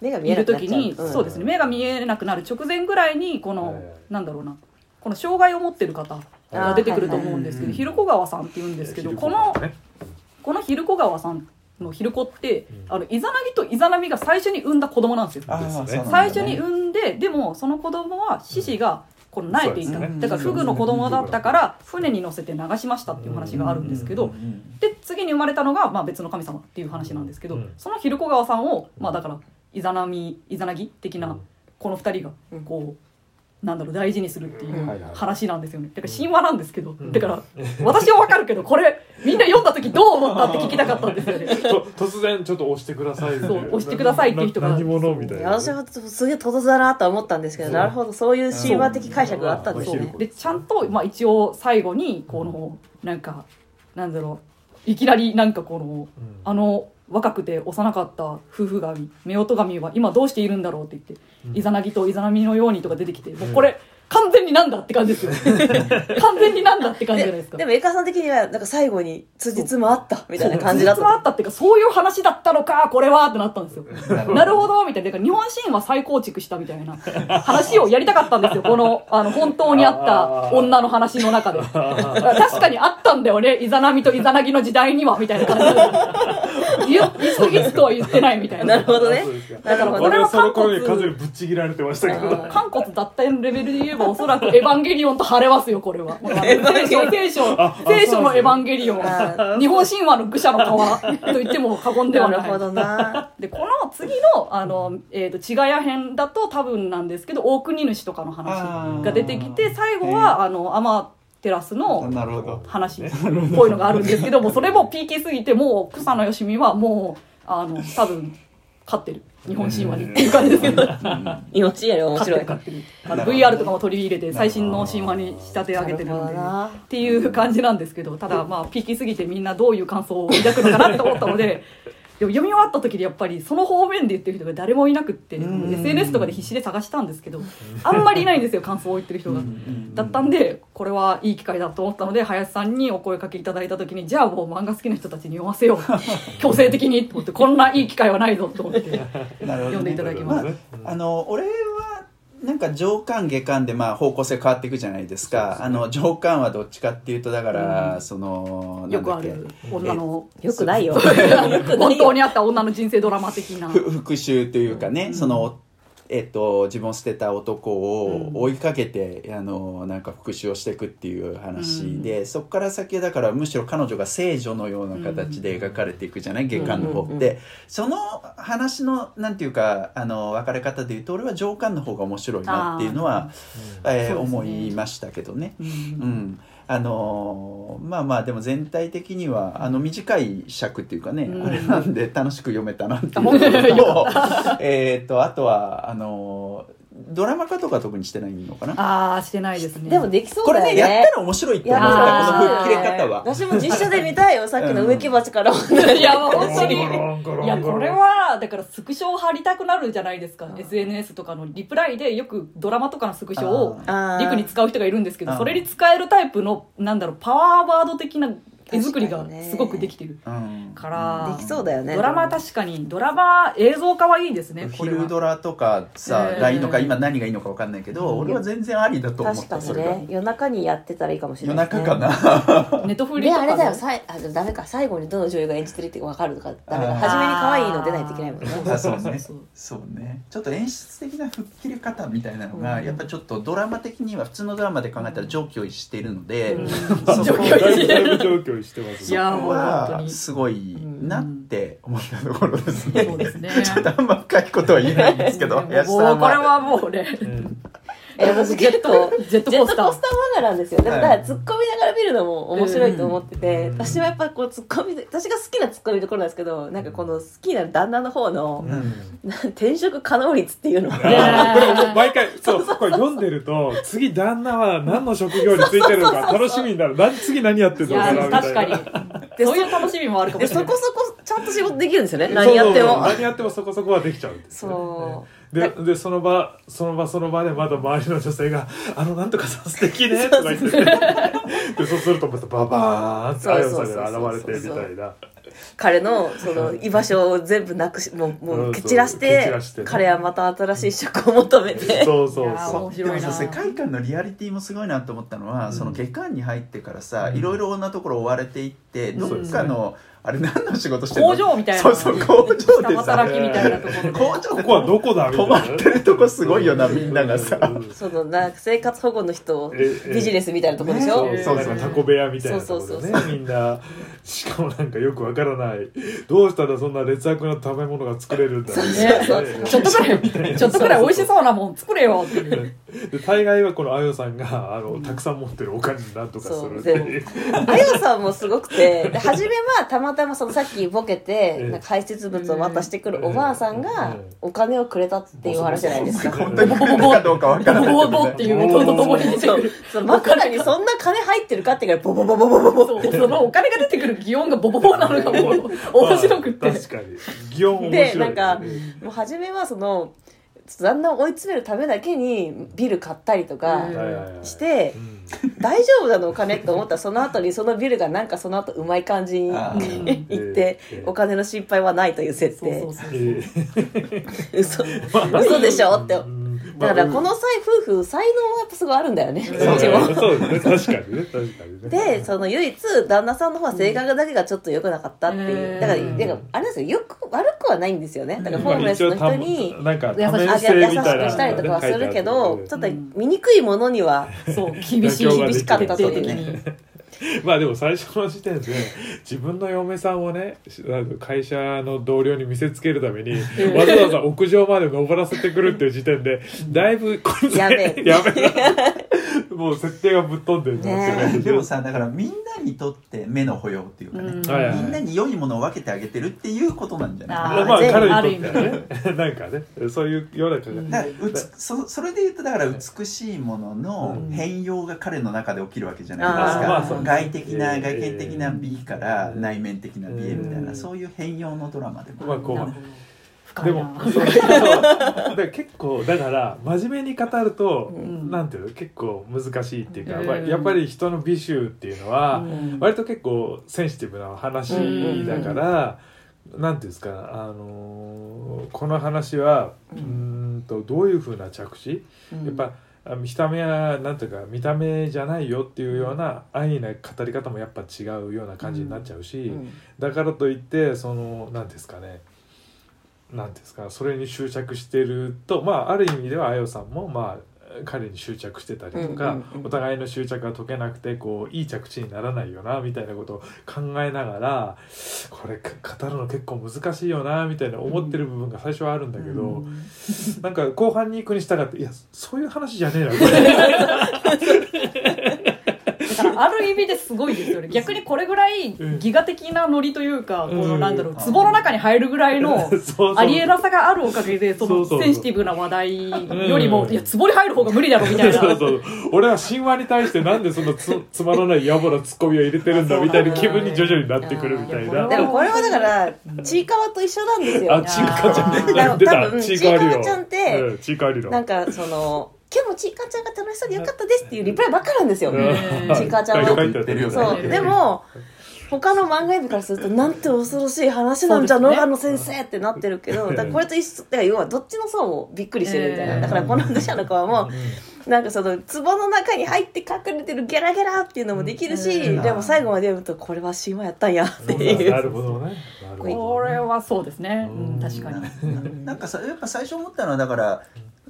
Speaker 2: 目が見
Speaker 4: い
Speaker 2: え
Speaker 4: る
Speaker 2: なくなっ
Speaker 4: 時
Speaker 2: ちゃう
Speaker 4: に、
Speaker 2: うん
Speaker 4: そうですね目が見えなくなる直前ぐらいにこの、
Speaker 3: はいはい
Speaker 4: なんだろうなこの障害を持ってる方が出てくると思うんですけ
Speaker 1: あーはい
Speaker 4: ど、
Speaker 1: はい
Speaker 4: ひるこ川さんって言うんですけど、このこのひるこ川さんのひるこって、
Speaker 3: うん
Speaker 4: あのイザナギとイザナミが最初に産んだ子供なんですよ。
Speaker 1: あーそうなんだね
Speaker 4: 最初に産んででもその子供は獅子がこの苗てい
Speaker 3: そ
Speaker 4: た、
Speaker 3: うです
Speaker 1: ね
Speaker 4: だからフグの子供だったから船に乗せて流しましたっていう話があるんですけど、
Speaker 1: うん
Speaker 4: で次に生まれたのが、まあ、別の神様っていう話なんですけど、
Speaker 3: うん
Speaker 4: その昼子川さんを、まあ、だからイザナミイザナギ的なこの2人がこうなんだろう大事にするってい
Speaker 1: うんは
Speaker 4: う
Speaker 1: いはい
Speaker 4: 話なんですよねだから神話なんですけど
Speaker 3: ん
Speaker 4: だから私は分かるけどこれみんな読んだ時どう思ったって聞きたかったんですよね
Speaker 3: と突然ちょっと押してくださいってい
Speaker 4: そう押してくださいっていう人が
Speaker 3: な何者みたいな
Speaker 2: 私はすげえとどだなとは思ったんですけど
Speaker 3: そう
Speaker 2: なるほどそういう神話的解釈があったんで
Speaker 4: そ
Speaker 2: す
Speaker 4: う
Speaker 2: ね
Speaker 4: でちゃんと、まあ、一応最後にこのなんかなんだろういきなりなんかこの
Speaker 3: うん
Speaker 4: あの若くて幼かった夫婦神夫婦神は今どうしているんだろうって言って、
Speaker 3: うん
Speaker 4: イザナギとイザナミのようにとか出てきてもうこれ、完全になんだって感じで すよ完全になんだって感じじゃないで
Speaker 2: で
Speaker 4: すか
Speaker 2: でもエカさん的にはなんか最後に辻褄あったみたいな感じだっ
Speaker 4: 実はあ
Speaker 2: た
Speaker 4: ったっていうかそういう話だったのかこれはってなったんですよ
Speaker 1: なる
Speaker 4: なるほどみたいなだから日本神話再構築したみたいな話をやりたかったんですよこのあの本当にあった女の話の中で確かにあったんだよねイザナミとイザナギの時代にはみたいな感じでいいついつとは言ってないみたい
Speaker 2: な
Speaker 4: な
Speaker 2: るほどね
Speaker 3: そうですか
Speaker 2: なるほど
Speaker 3: 俺はその頃に
Speaker 4: 俺は韓
Speaker 3: 風
Speaker 4: 国
Speaker 3: にぶっちぎられてましたけ
Speaker 2: あ
Speaker 3: ど
Speaker 2: ー
Speaker 4: 韓国脱退のレベルで言えばおそらくエヴァンゲリオンと晴れますよこれは聖書聖書聖書のエヴァンゲリオン
Speaker 2: あ
Speaker 4: 日本神話の愚者の皮と言っても過言で
Speaker 2: な
Speaker 4: は
Speaker 2: る
Speaker 4: ない
Speaker 2: ほどな
Speaker 4: でこの次のあの、えー、と違や編だと多分なんですけど大国主とかの
Speaker 1: あー
Speaker 4: 話が出てきて最後はあのアマテラス
Speaker 1: ほど
Speaker 4: の
Speaker 1: なるほど
Speaker 4: 話っぽいのがあるんですけどもそれも PK すぎてもう草野よしみはもうあの多分勝ってる日本神話にっていう感じですけど
Speaker 2: 今ちやり面
Speaker 4: 勝っ
Speaker 2: 白
Speaker 4: て
Speaker 2: いな
Speaker 4: る勝ってるあの VR とかも取り入れて最新の神話に仕立て上げて
Speaker 2: るほ
Speaker 4: るの
Speaker 2: ど
Speaker 4: で。
Speaker 2: な
Speaker 4: っていう感じなんですけどただまあ PK すぎてみんなどういう感想を抱くのかなと思ったので。でも読み終わった時でやっぱりその方面で言ってる人が誰もいなくって
Speaker 1: うん
Speaker 4: もう SNS とかで必死で探したんですけどあんまりいないんですよ感想を言ってる人が。だったんでこれはいい機会だと思ったので林さんにお声かけいただいた時にじゃあもう漫画好きな人たちに読ませよう強制的にと思ってこんないい機会はないぞと思って
Speaker 1: なるほどね
Speaker 4: 読んでいただき
Speaker 3: け
Speaker 4: ま。
Speaker 1: ますああの俺はなんか上巻下巻でまあ方向性変わっていくじゃないですかあの上巻はどっちかっていうとだから、そのな
Speaker 4: よ
Speaker 1: ん
Speaker 4: く
Speaker 1: だ
Speaker 4: あ
Speaker 1: っけ
Speaker 4: る女の
Speaker 2: よくないよ
Speaker 4: 本当にあった女の人生ドラマ的 な。
Speaker 1: ふ復讐というかね、そのえっと自分を捨てた男を追いかけて、あのなんか復讐をしていくっていう話で、そこから先はだからむしろ彼女が聖女のような形で描かれていくじゃない、下巻の方って、
Speaker 2: うんうん
Speaker 1: その話のなんていうかあの分かれ方で言うと俺は上巻の方が面白いなっていうのは、えー
Speaker 4: そうですね
Speaker 1: 思いましたけどね。
Speaker 4: うん
Speaker 1: うんあのーまあまあでも全体的にはあの短い尺っていうかね、
Speaker 4: うん
Speaker 1: あれなんで楽しく読めたなっていう
Speaker 4: あ本当 に
Speaker 1: のとえーっとあとはあのードラマ化とか特にしてないのかな
Speaker 4: ああしてないですね
Speaker 2: でもできそ
Speaker 1: こ
Speaker 2: うだ
Speaker 1: れ
Speaker 2: よ
Speaker 1: ね
Speaker 2: ね
Speaker 1: やったら面白いって思ったこ
Speaker 4: いやー
Speaker 1: の吹っ切れ方は
Speaker 2: 私も実写で見たいよさっきの植木鉢から
Speaker 4: いやもう本当に
Speaker 3: に
Speaker 4: いやこれはだからスクショを貼りたくなるじゃないですか SNS とかのリプライでよくドラマとかのスクショを
Speaker 2: あー
Speaker 4: リクに使う人がいるんですけ
Speaker 1: あ
Speaker 4: ど
Speaker 1: ー
Speaker 4: それに使えるタイプのなんだろうパワーワード的な絵作りが
Speaker 2: 確かにね
Speaker 4: すごくできてる
Speaker 1: うん
Speaker 4: から
Speaker 2: できそうだよね
Speaker 4: ドラマ確かにドラマ映像化はいいですねこれ
Speaker 1: 昼
Speaker 4: は
Speaker 1: ドラとかさ、
Speaker 4: えー
Speaker 1: がいいのか今何がいいのか分かんないけど、俺は全然ありだと思っ
Speaker 2: 確
Speaker 1: た
Speaker 2: か
Speaker 1: そ
Speaker 2: に
Speaker 1: れが
Speaker 2: ね夜中にやってたらいいかもし
Speaker 1: 夜
Speaker 2: れないです
Speaker 1: 中
Speaker 2: ね
Speaker 1: かな、
Speaker 4: ネットフ
Speaker 2: で
Speaker 4: リとか
Speaker 2: あ
Speaker 4: ね
Speaker 2: れだよさいあでもダメか最後にどの女優が演じてるって分かるとかダメ
Speaker 1: あ
Speaker 2: か
Speaker 1: ー
Speaker 2: 初めに可愛いの出ないといけないもんね
Speaker 1: あそうね
Speaker 4: そう
Speaker 1: そうねちょっと演出的な吹っ切れ方みたいなのが、
Speaker 4: うん
Speaker 1: やっぱちょっとドラマ的には普通のドラマで考えたら上記を逸しているので、
Speaker 4: うん
Speaker 1: そ
Speaker 4: 上
Speaker 1: こ
Speaker 4: 記
Speaker 3: だ
Speaker 4: を
Speaker 3: い
Speaker 4: 逸
Speaker 3: ぶだいぶ状況してます
Speaker 4: いや本当
Speaker 1: は
Speaker 4: に
Speaker 1: すごいなって思ったところですね。
Speaker 4: そうですね
Speaker 1: ちょっとあんま深いことは言えないんですけど、
Speaker 4: もう
Speaker 1: 林さん
Speaker 4: これはもうね
Speaker 3: うん
Speaker 2: え僕
Speaker 4: ジェ
Speaker 2: 結
Speaker 4: ッ
Speaker 2: 構
Speaker 4: トジェット
Speaker 2: ジェッ
Speaker 4: コ
Speaker 2: ト
Speaker 4: ースタ
Speaker 2: コ
Speaker 4: ー
Speaker 2: スター漫画なんですよでも
Speaker 1: は
Speaker 2: だ
Speaker 1: い
Speaker 2: から突っ込みながら見るのも面白いと思ってて、
Speaker 3: うん
Speaker 2: 私はやっぱこう突っ込みで私が好きな突っ込みどころなんですけどなんかこの好きな旦那の方の
Speaker 1: う、ん
Speaker 2: なん転職可能率っていうの
Speaker 3: あ
Speaker 2: が
Speaker 3: ーこれもう毎回そうこれ読んでると次旦那は何の職業についてるのか楽しみになる何次何やってる
Speaker 4: い
Speaker 3: のかな
Speaker 4: や
Speaker 3: みた
Speaker 4: 確
Speaker 3: い
Speaker 4: か
Speaker 3: な
Speaker 4: にそういう楽しみもあるかも
Speaker 2: で
Speaker 4: しれな
Speaker 2: そ
Speaker 4: い
Speaker 2: こそこちゃんと仕事できるんですよね
Speaker 3: そう
Speaker 2: 何やって
Speaker 3: そう
Speaker 2: も
Speaker 3: 何やってもそこそこはできちゃうんです
Speaker 2: そう
Speaker 3: よねででその場その場その場でまだ周りの女性が「あのなんとかさん素敵ね」とか言ってでそうするとまたババーンってあやさんが現れてみたいな
Speaker 2: 彼のその居場所を全部なくしもうも
Speaker 3: そうう
Speaker 2: 蹴散らし
Speaker 3: 蹴
Speaker 2: て
Speaker 3: 散らしてね
Speaker 2: 彼はまた新しい職を求めて
Speaker 3: そうそう
Speaker 4: いやー
Speaker 3: そう
Speaker 4: 面
Speaker 1: で
Speaker 4: 白
Speaker 1: も
Speaker 4: いな
Speaker 1: さ世界観のリアリティもすごいなと思ったのは、
Speaker 3: うん
Speaker 1: その下巻に入ってからさ
Speaker 3: うん
Speaker 1: いろいろなところ追われていって、
Speaker 3: ん
Speaker 1: どっかの、あれ何の仕事してるの
Speaker 4: 工場みたいな
Speaker 1: そうそう工場で
Speaker 4: 下
Speaker 1: さ
Speaker 4: 働きみたいなところで
Speaker 1: 工場
Speaker 3: こ
Speaker 1: で
Speaker 3: こはどこだみた
Speaker 1: 止
Speaker 3: いな
Speaker 1: まってるとこすごいよなみんながさ
Speaker 3: うん
Speaker 2: そのな生活保護の人
Speaker 3: ええ
Speaker 2: ビジネスみたいなところでし
Speaker 3: そ
Speaker 2: ょ
Speaker 3: う
Speaker 1: そう
Speaker 3: なんかタコ部屋みたいなと
Speaker 2: そ
Speaker 3: こ
Speaker 2: うそ
Speaker 3: ろで
Speaker 2: う
Speaker 3: ね
Speaker 2: そう
Speaker 3: みんなしかもなんかよくわからないどうしたらそんな劣悪な食べ物が作れるんだろう
Speaker 4: ねちょっとくらいちょっとくらい美味しそうなもん作れよっ ていう
Speaker 3: で大概はこのあよさんがあのたくさん持ってるお金になんとかするっていう
Speaker 2: あやさんもすごくてで初めはたまたまそのさっきボケて
Speaker 3: ええ
Speaker 2: なんか排泄物を渡してくるおばあさんが
Speaker 3: ええ
Speaker 2: お金をくれたっていう話じゃないですか。
Speaker 1: 本当に来るかどうかわからないけ
Speaker 4: ボ
Speaker 1: ど
Speaker 4: ーボーっていう
Speaker 3: ボー
Speaker 4: 音
Speaker 3: ボー
Speaker 4: とともに出て
Speaker 2: そ
Speaker 4: く
Speaker 2: う
Speaker 4: る
Speaker 2: その枕にそんな金入ってるかってからいボボボボボボボ
Speaker 4: そうそのお金が出てくる擬音がボボボなのがも う面白くって
Speaker 3: 確かに擬音面白い
Speaker 2: でなんかもう初めはその旦那を追い詰めるためだけにビル買ったりとか
Speaker 4: うん
Speaker 3: はいはいはい
Speaker 2: して
Speaker 3: うん
Speaker 2: 大丈夫なのお金って思ったらその後にそのビルがなんかその後うまい感じに
Speaker 1: あ
Speaker 2: 行
Speaker 1: ー
Speaker 2: って
Speaker 3: ええ
Speaker 2: お金の心配はないという設
Speaker 4: そう
Speaker 2: 定
Speaker 4: そうそう
Speaker 3: ええ
Speaker 2: 嘘嘘でしょって
Speaker 3: うん
Speaker 2: だからこの
Speaker 3: まあ
Speaker 2: 際夫婦才能はやっぱすごいあるんだよね
Speaker 3: うん
Speaker 2: どっちも
Speaker 3: そうですね確かにね確かにね
Speaker 2: でその唯一旦那さんの方は性格だけがちょっと良くなかったっていううんだから
Speaker 3: うん
Speaker 2: だからあれなんですよよく悪くはないんですよねだからホ
Speaker 3: ま
Speaker 2: ーム
Speaker 3: あ
Speaker 2: レ
Speaker 3: 一
Speaker 2: ス
Speaker 3: 応
Speaker 2: の人に
Speaker 3: たなんか
Speaker 4: 優し
Speaker 2: あ優
Speaker 4: い
Speaker 3: 多面
Speaker 2: し
Speaker 3: 性
Speaker 2: く
Speaker 3: みたいな
Speaker 2: したりとかはするけどちょっと醜いものには
Speaker 4: そう厳しい
Speaker 3: 妥協ができ
Speaker 2: 厳しかったという
Speaker 4: 徹底
Speaker 2: ね
Speaker 3: まあでも最初の時 点で自分の嫁さんをねなんか会社の同僚に見せつけるた めにわざわざ屋上まで登らせてくるっていう時点でだいぶこれ
Speaker 2: やべえ
Speaker 3: やべえ もう設定がぶっ飛んでるんですよ
Speaker 2: ね
Speaker 3: ね
Speaker 1: でもさだからみんなにとって目の保養っていうかね、
Speaker 3: はいはい
Speaker 1: みんなに良いものを分けてあげてるっていうことなんじゃない
Speaker 4: あ
Speaker 3: まあ
Speaker 2: 全部
Speaker 3: 彼にとってはね なんかねそういうような感じ
Speaker 1: だからうつそそれで言うとだから美しいものの変容が彼の中で起きるわけじゃないですか、
Speaker 2: うんあーまあ
Speaker 3: そう
Speaker 1: 外的な
Speaker 3: えー
Speaker 1: 外見的な美から
Speaker 3: えー
Speaker 1: 内面的な美へみたいな、
Speaker 3: うん
Speaker 1: そういう変容のドラマでも
Speaker 3: まあこ
Speaker 4: なる
Speaker 3: う
Speaker 4: ほど深
Speaker 3: で
Speaker 4: い
Speaker 3: も
Speaker 4: な
Speaker 3: そうそうで結構だから真面目に語ると、
Speaker 4: ん
Speaker 3: なんていうの結構難しいっていうか、
Speaker 4: うん
Speaker 3: まあやっぱり人の美醜っていうのは、
Speaker 4: うん
Speaker 3: 割と結構センシティブな話だから、なんていうんですかあのーこの話はうーんとどういうふうな着地、やっぱあ見た目はなんていうか見た目じゃないよっていうような安易な語り方もやっぱ違うような感じになっちゃうし、だからといってその何ですかね何ですかそれに執着してるとまあある意味ではあよさんもまあ彼に執着してたり
Speaker 2: う
Speaker 3: とか、
Speaker 2: んうんうん
Speaker 3: お互いの執着が解けなくてこういい着地にならないよなみたいなことを考えながらこれか語るの結構難しいよなみたいな思ってる部分が最初はあるんだけど、なんか後半に行くに従っていやそういう話じゃねえなこれ
Speaker 4: だからある意味ですごいです よね逆にこれぐらいギガ的なノリというか、
Speaker 3: うん
Speaker 4: このなんだろう壺の中に入るぐら いの
Speaker 3: そうそう
Speaker 4: ありえなさがあるおかげでそ
Speaker 3: そう
Speaker 4: の
Speaker 3: そうそう
Speaker 4: センシティブな話題よりも、
Speaker 3: うん
Speaker 4: いや壺に入る方が無理だろみたいな
Speaker 3: そうそう俺は神話に対してなんでそのつ つまらない野暮なツッコミを入れてるんだみたいな気分に徐々になってくるみたいな。
Speaker 2: でもこれはだからちいかわと一緒なんですよ
Speaker 3: あ、ちいかわちゃん
Speaker 2: だから
Speaker 3: ね。出た
Speaker 2: 多。分
Speaker 3: ちいかわ
Speaker 2: ちい
Speaker 3: り
Speaker 2: か
Speaker 3: ろ。
Speaker 2: わちゃんって
Speaker 3: うん、ちいかわりろ。
Speaker 2: なんかその「今日もちいかわちゃんが楽しそうでよかったです」っていうリプライばっかなんですよ
Speaker 3: うん
Speaker 2: ちいかわちゃんは
Speaker 3: 書いある
Speaker 2: そ
Speaker 3: ね
Speaker 2: うでも他の漫画指からするとなんて恐ろしい話なんじゃ、
Speaker 4: そうですね
Speaker 2: 野の先生ってなってるけどだからこれと一緒だから要はどっちの層もびっくりしてるみたいな、
Speaker 4: えー
Speaker 2: だからこの武者の子はもうなんかその壺の中に入って隠れてるゲラゲラっていうのもできるし、
Speaker 1: うん
Speaker 2: でも最後まで読むとこれは神話やったんやって
Speaker 3: うん
Speaker 2: い
Speaker 3: な
Speaker 2: う。
Speaker 3: るほどね。なるほどね
Speaker 4: これはそうですね、
Speaker 3: うん
Speaker 4: うん確かに
Speaker 1: うんなんかさやっぱ最初思ったのはだから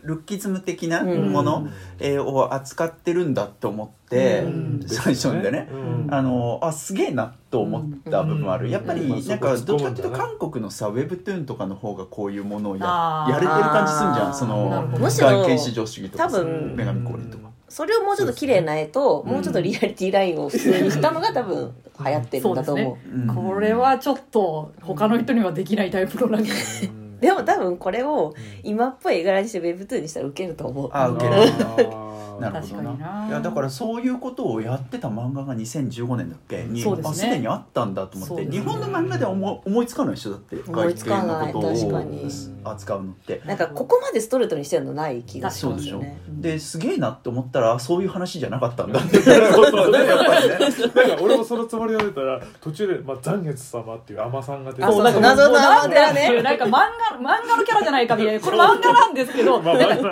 Speaker 1: ルッキズム的なも
Speaker 3: う
Speaker 1: の
Speaker 3: ん、
Speaker 1: えーを扱ってるんだって思って、
Speaker 4: うん
Speaker 1: 最初でね、
Speaker 3: うん
Speaker 1: あのあすげえなと思った部分もある、
Speaker 3: うん
Speaker 1: やっぱり
Speaker 3: うん
Speaker 1: なんか
Speaker 3: うん
Speaker 1: どっちかっていうと韓国のさウェブトゥーンとかの方がこういうものをや
Speaker 4: あー
Speaker 1: やれてる感じすんじゃんそ
Speaker 4: なる
Speaker 1: の
Speaker 4: ほど
Speaker 2: むしろ
Speaker 1: 外見至上主義とかさ
Speaker 2: 多分
Speaker 1: 女神降臨とか。
Speaker 2: それをもうちょっと綺麗な絵と、もうちょっとリアリティラインを普通にしたのが多分流行ってるんだと思う。
Speaker 4: そうで
Speaker 1: うん
Speaker 4: これはちょっと他の人にはできないタイプのなん か
Speaker 3: うん
Speaker 2: でも多分これを今っぽい絵柄にしてウェブトゥーンにしたらウケると思う。
Speaker 1: あ受ける
Speaker 3: あー
Speaker 1: なるほ
Speaker 4: 確
Speaker 1: ど
Speaker 4: かに
Speaker 1: な
Speaker 4: ない
Speaker 1: やだからそういうことをやってた漫画が2015年だっけに
Speaker 4: そうですね
Speaker 1: あすでにあったんだと思っ
Speaker 4: そう
Speaker 1: て、
Speaker 4: ですね
Speaker 1: 日本の漫画では思思いつかないでしょだって
Speaker 2: 思いつかない
Speaker 1: 外見の
Speaker 2: 確かに
Speaker 1: 扱うのって
Speaker 2: なんかここまでストレートにしてるのない気がし
Speaker 1: そう
Speaker 2: ま
Speaker 1: でし
Speaker 2: すよ
Speaker 1: ょ
Speaker 2: ね。
Speaker 1: ですげえなって思ったらそういう話じゃなかったんだ っていうことだねやっぱりね
Speaker 3: なんか俺もそのつもりが出たら途中でまあ残月様っていう尼さんが出て
Speaker 2: あそう
Speaker 4: なんか
Speaker 2: 謎の
Speaker 4: もう
Speaker 2: アマテラね
Speaker 4: なんか漫画漫画のキャラじゃないかみたいなこれ漫画なんですけど
Speaker 3: ま
Speaker 4: な
Speaker 3: あ
Speaker 4: ん
Speaker 3: まあ
Speaker 4: か違う漫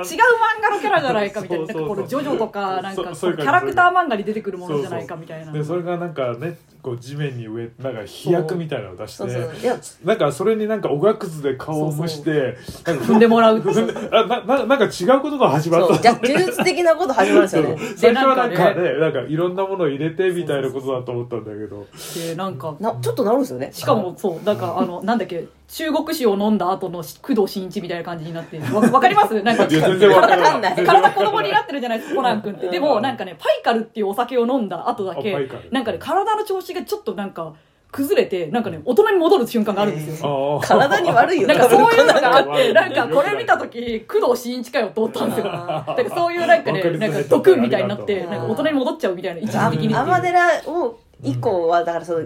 Speaker 4: 画のキャラじゃないかみたいななんかこ
Speaker 3: そ
Speaker 4: れ
Speaker 3: う
Speaker 4: ジ
Speaker 3: そうそう
Speaker 4: ョジョとかなん
Speaker 3: そ
Speaker 4: かこ
Speaker 3: うう
Speaker 4: キ
Speaker 3: そういう感じ
Speaker 4: ャラクター漫画に出てくるものじゃないかみたいな
Speaker 3: でそれがなんかねこう地面に植えなんか飛躍みたいなのを出して
Speaker 2: そうそういや
Speaker 3: なんかそれになんかおがくずで顔を蒸してなんか
Speaker 4: 踏んでもらうって
Speaker 3: 踏んであなななんか違うことが始ま
Speaker 2: そう
Speaker 3: っ
Speaker 2: じ
Speaker 3: た
Speaker 2: ゃあ呪術的なこと始まるんですよね
Speaker 3: 最初はなんか
Speaker 4: で
Speaker 3: ねなんかいろんなものを入れてみたいなことだと思ったんだけど
Speaker 4: でなんか
Speaker 2: なちょっとなるんですよ ね
Speaker 4: しかもそうなんかあのなんだっけ中国酒を飲んだ後の工藤新一みたいな感じになってわわかりますなんか
Speaker 3: いや全然わかん
Speaker 2: わかんな
Speaker 3: ないい全然わ
Speaker 4: 体
Speaker 3: かんな
Speaker 4: 子
Speaker 3: い
Speaker 4: 供になってるじゃないですかコナン君ってでもなんかねパイカルっていうお酒を飲んだ後だ
Speaker 3: あパ
Speaker 4: け
Speaker 3: イカル
Speaker 4: なんかね体の調子がちょっとなんか崩れてなんかね大人に戻る瞬間があるんですよ
Speaker 3: ああ
Speaker 2: 体に悪いよ
Speaker 4: なんかそういうのがあっ
Speaker 3: う
Speaker 4: て
Speaker 3: ん
Speaker 4: なんかこれ見た時工藤新一かよと思ったんですよだからそういうなんかね
Speaker 3: わかりづ
Speaker 4: な
Speaker 3: ら
Speaker 4: ん
Speaker 3: い
Speaker 4: か毒みたいになって
Speaker 2: あー
Speaker 4: なんか大人に戻っちゃうみたいな一時
Speaker 2: あ
Speaker 4: 的にっていう
Speaker 2: 天寺を以降はだからその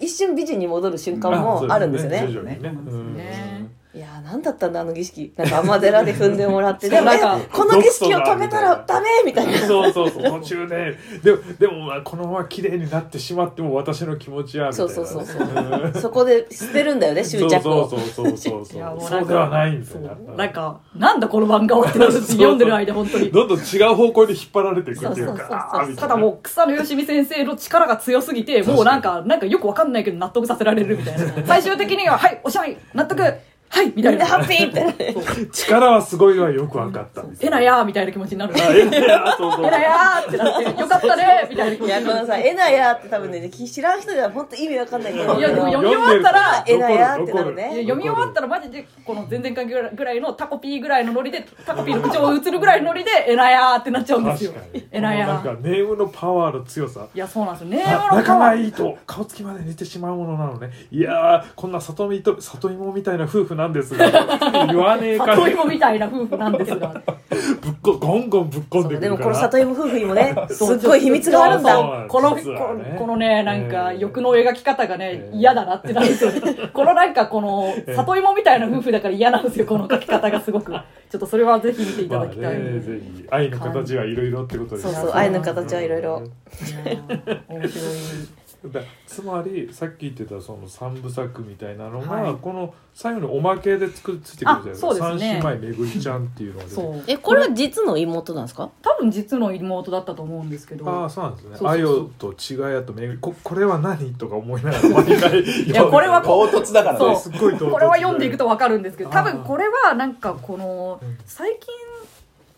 Speaker 2: 一瞬美人に戻る瞬間もあるんですよね、
Speaker 3: 徐々にねうん
Speaker 4: ね
Speaker 2: いやー何だったんだあの儀式なんか天寺で踏んでもらってでも
Speaker 4: な
Speaker 2: え
Speaker 4: んか
Speaker 2: この儀式を止めたらダメみたいな
Speaker 3: そうそうそう途中ででもでもまあこのまま綺麗になってしまっても私の気持ちやみた
Speaker 2: そ
Speaker 3: いな
Speaker 2: う
Speaker 3: ね
Speaker 2: そうそうそうそこで捨てるんだよね執着を
Speaker 3: そうそうそうそうそう
Speaker 4: いやもう
Speaker 3: そ
Speaker 4: な
Speaker 3: うん
Speaker 4: か
Speaker 3: ではないんです
Speaker 4: そ
Speaker 3: よ
Speaker 4: うなんかなんだこの漫画はってなるんですよ読んでる間本当に
Speaker 3: どんどん違う方向に引っ張られていくっていう
Speaker 2: そうそうそうそう
Speaker 3: かあーみいな
Speaker 4: ただもう草野よしみ先生の力が強すぎてもうなんかなんかよくわかんないけど納得させられるみたいな最終的には「はいおしゃい納得はい」みた
Speaker 2: み
Speaker 4: い
Speaker 2: んな
Speaker 4: な
Speaker 2: ハッピーみたいなね
Speaker 3: 力はすごいのはよくわかったみ
Speaker 4: 「
Speaker 3: た
Speaker 4: え
Speaker 3: いな
Speaker 4: なや」みたいな気持ちになる「
Speaker 3: あ
Speaker 4: え
Speaker 3: えなやそうそう
Speaker 4: なや」ってなって「よかったね」みたいな気持
Speaker 2: い
Speaker 4: ち
Speaker 2: や
Speaker 4: に
Speaker 2: こ
Speaker 4: な
Speaker 2: の
Speaker 4: る
Speaker 2: さ「えなや」って多分ね知らん人では本当意味わかんないけど
Speaker 4: いやでも
Speaker 2: あ
Speaker 4: 読
Speaker 2: の
Speaker 4: み終わったら
Speaker 2: えなやってなるね
Speaker 4: いや読み終わったらマジでこの全然関係ぐらいのタコピーぐらいのノリでタコピーの口調を映るぐらいのノリで「えなや」ってなっちゃうんですよ
Speaker 3: 確かに
Speaker 4: 「えな
Speaker 3: な
Speaker 4: や
Speaker 3: んか」ネームのパワーの強さ
Speaker 4: いやそうなんですよね
Speaker 3: あ仲がいいと顔つきまで似てしまうものなのねいやーこんな里見と里芋みたいな夫婦なんですが言わねえから
Speaker 4: 里
Speaker 3: ぶっ
Speaker 4: 芋みたいな夫婦なんですが
Speaker 3: こゴンゴンぶっこん
Speaker 2: そ
Speaker 3: で
Speaker 2: う
Speaker 3: く
Speaker 2: で
Speaker 3: る
Speaker 2: も
Speaker 3: か
Speaker 2: この
Speaker 3: ら
Speaker 2: 里芋夫婦にもねす
Speaker 4: そう
Speaker 2: っごい秘密があるん
Speaker 4: そ
Speaker 2: だ
Speaker 4: うこのこ
Speaker 3: 実はね
Speaker 4: のこのねなんか
Speaker 3: えー
Speaker 4: 欲の描き方がね
Speaker 3: えー
Speaker 4: 嫌だなってなるんですよねこのなんかこの
Speaker 3: えー
Speaker 4: 里芋みたいな夫婦だから嫌なんですよこの描き方がすごくちょっとそれはぜひ見ていた
Speaker 3: まあ
Speaker 4: だきたい、
Speaker 3: ねぜひ愛の形はいろいろってことです
Speaker 2: そう
Speaker 3: ね
Speaker 2: そう愛の形はいろいろ
Speaker 4: 面白い
Speaker 3: だつまりさっき言ってたその三部作みたいなのが、
Speaker 4: はい
Speaker 3: この最後のおまけでつくついてくるじゃないですか
Speaker 4: あそうですね
Speaker 3: 三姉妹めぐりちゃんっていうのが出てく
Speaker 4: そ
Speaker 3: る
Speaker 4: う
Speaker 2: えこれは実の妹なんですか
Speaker 4: 多分実の妹だったと思うんですけど
Speaker 3: ああそうなんですね
Speaker 4: そうそ
Speaker 3: あ
Speaker 4: うそう
Speaker 3: よと違いやとめぐりここれは何とか思いながら毎回い
Speaker 4: やこれは
Speaker 1: 唐突だから
Speaker 4: そう
Speaker 1: ね
Speaker 3: すっごい唐突
Speaker 4: これは読んでいくと分かるんですけど
Speaker 3: あー
Speaker 4: 多分これはなんかこの
Speaker 3: うん
Speaker 4: 最近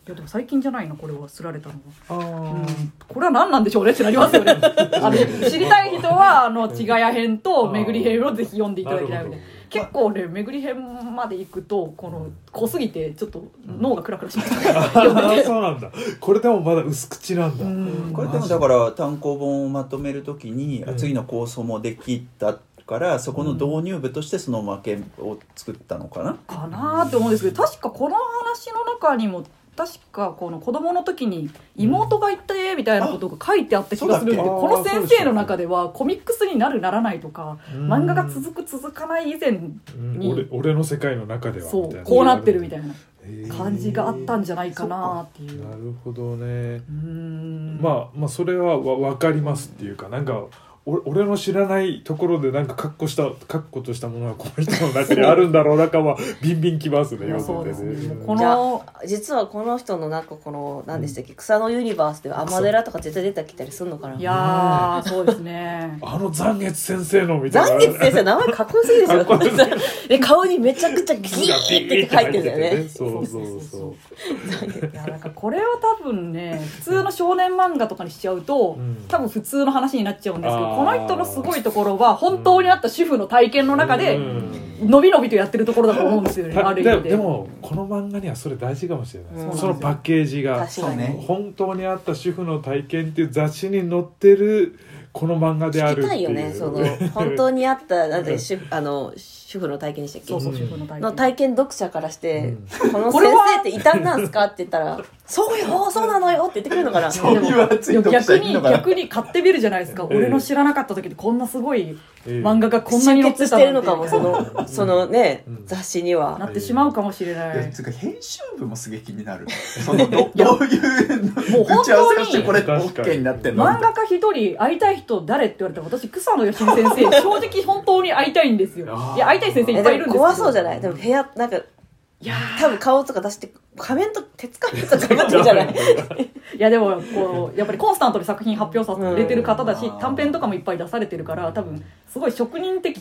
Speaker 4: いやでも最近じゃないなこれはすられたのは
Speaker 3: あー、
Speaker 4: うんこれは何なんでしょうねってなりますよねあの知りたい人はあの違や編と巡り編をぜひ読んでいた
Speaker 3: な
Speaker 4: だ
Speaker 3: る
Speaker 4: き
Speaker 3: ほ
Speaker 4: たい
Speaker 3: ど
Speaker 4: ので結構ね巡り編まで行くとこの濃すぎてちょっと脳がクラクラしました、
Speaker 3: あーそうなんだこれでもまだ薄口なんだ、
Speaker 4: うん
Speaker 1: これでもだから単行本をまとめるときに、
Speaker 3: うん
Speaker 1: 次の構想もできたからそこの導入部としてその負けを作ったのかな、
Speaker 4: かなーって思うんですけど確かこの話の中にも確かこの子供の時に妹がいた絵みたいなことが書いてあった気がするんで
Speaker 3: あそうだっけ
Speaker 4: この先生の中ではコミックスになるならないとか
Speaker 3: うん
Speaker 4: 漫画が続く続かない以前
Speaker 3: うん
Speaker 4: に
Speaker 3: 俺俺の世界の中では
Speaker 4: そ
Speaker 3: みたいうな
Speaker 4: こうなってるみたいな
Speaker 3: へー
Speaker 4: 感じがあったんじゃないかなっていう。
Speaker 3: なるほどね
Speaker 4: うーん
Speaker 3: まあまあそれはわ分かりますっていうかなんかお俺の知らないところでなんか確固した確固としたものがこの人の中にあるんだろうなかはビンビンきますね
Speaker 4: いやそう
Speaker 3: 読
Speaker 4: で
Speaker 3: ん
Speaker 4: す
Speaker 3: でね
Speaker 4: ね
Speaker 3: うん
Speaker 4: こ
Speaker 2: じゃ
Speaker 4: の
Speaker 2: あ実はこの人のなんかこの何でしたっけ草のユニバースでは天寺とか絶対出てきたりするのかない
Speaker 4: やーそうで すね
Speaker 3: あの残月先生のみたいな
Speaker 2: 残月先生名前かっこよすぎですよ
Speaker 3: かっこよすぎ
Speaker 2: で顔にめちゃくちゃギーって書いてるんだよね
Speaker 3: そうそうそう
Speaker 4: いやなんかこれは多分ね普通の少年漫画とかにしちゃうと、
Speaker 3: うん
Speaker 4: 多分普通の話になっちゃうんですけど
Speaker 3: あー
Speaker 4: この人のすごいところは本当にあった主婦の体験の中で
Speaker 3: うん
Speaker 4: のびのびとやってるところだと思うんですよねあ
Speaker 3: た
Speaker 4: る
Speaker 3: で
Speaker 4: 意味で
Speaker 3: でもこの漫画にはそれ大事かもしれない、
Speaker 2: うん
Speaker 3: そのパッケージが
Speaker 2: 確かに
Speaker 1: そうね
Speaker 3: 本当にあった主婦の体験っていう雑誌に載ってるこの漫画であ
Speaker 2: 聞
Speaker 3: る
Speaker 2: き
Speaker 3: ったて
Speaker 2: い
Speaker 3: いう
Speaker 2: よねその本当にあったなんて
Speaker 3: うん
Speaker 2: 主あの主婦の体験でしたっけ
Speaker 4: そうそう
Speaker 3: うん
Speaker 4: 主婦の体験
Speaker 2: の体験読者からして、この
Speaker 4: こ
Speaker 2: 先
Speaker 4: れは
Speaker 2: 生って異端なんすかって言ったら「そうよそうなのよ」って言ってくるのかな
Speaker 1: そういう熱い読者
Speaker 4: 逆
Speaker 1: いる
Speaker 4: に
Speaker 1: のかな
Speaker 4: 逆に買ってみるじゃないですか、
Speaker 3: ええ
Speaker 4: 俺の知らなかった時でこんなすごい
Speaker 3: ええ
Speaker 4: 漫画がこんなに
Speaker 2: 集
Speaker 4: 載って
Speaker 2: 結したてる
Speaker 4: な
Speaker 2: の
Speaker 4: ん
Speaker 2: かも
Speaker 4: て
Speaker 2: そのそのね、
Speaker 3: うん
Speaker 2: 雑誌には
Speaker 4: なってしまうかもしれない
Speaker 1: いやつうか編集部もすげえ気になるそのどどういう
Speaker 4: もう本当に
Speaker 1: 打ち合わせをしてこれ
Speaker 3: 確かに
Speaker 1: OK になってんの
Speaker 4: 漫画家 一人会いたい人誰って言われたら私草野よしみ先生正直本当に会いたいんですよ
Speaker 3: あー
Speaker 4: いや会いたい先生い
Speaker 2: え
Speaker 4: っぱい
Speaker 2: で
Speaker 4: いる
Speaker 2: も
Speaker 4: んですけど
Speaker 2: 怖そうじゃないでも部屋なんか
Speaker 4: いや
Speaker 2: 多分顔とか出して仮面と手つかみとかなってるじゃない
Speaker 4: ーいやでもこうやっぱりコンスタントに作品発表されてる方だし、
Speaker 1: うん
Speaker 4: 短編とかもいっぱい出されてるから多分すごい職人的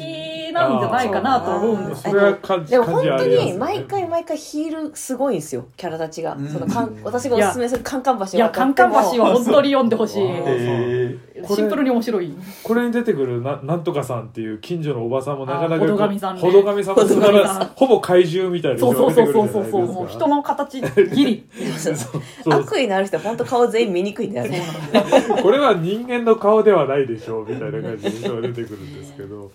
Speaker 4: なんじゃないかなと思うんです
Speaker 3: それは感じ
Speaker 2: でも本
Speaker 3: 感じあ
Speaker 2: 当
Speaker 3: りますね
Speaker 2: に毎回毎回ヒールすごいんですよキャラ立ちが、
Speaker 1: うん
Speaker 2: そのかん私がおすすめするカンカン
Speaker 4: い
Speaker 2: 橋
Speaker 4: や
Speaker 2: は
Speaker 4: カンカン橋は本当に読んでほしい
Speaker 3: えーこ
Speaker 4: シンプル
Speaker 3: れ
Speaker 4: に面白い
Speaker 3: これに出てくるななんとかさんっていう近所のおばさんもなかなか
Speaker 4: あほどがみさんね
Speaker 3: ほどがみさんも素晴らしい
Speaker 4: ほどがみさん
Speaker 3: ほぼ怪獣みたいな
Speaker 4: そうそうそうそうそうそうもう人
Speaker 3: の
Speaker 4: の形ギリ
Speaker 2: 悪意のある人は本当顔全員見にくいんだよね
Speaker 3: これは人間の顔ではないでしょうみたいな感じで人が出てくるんですけど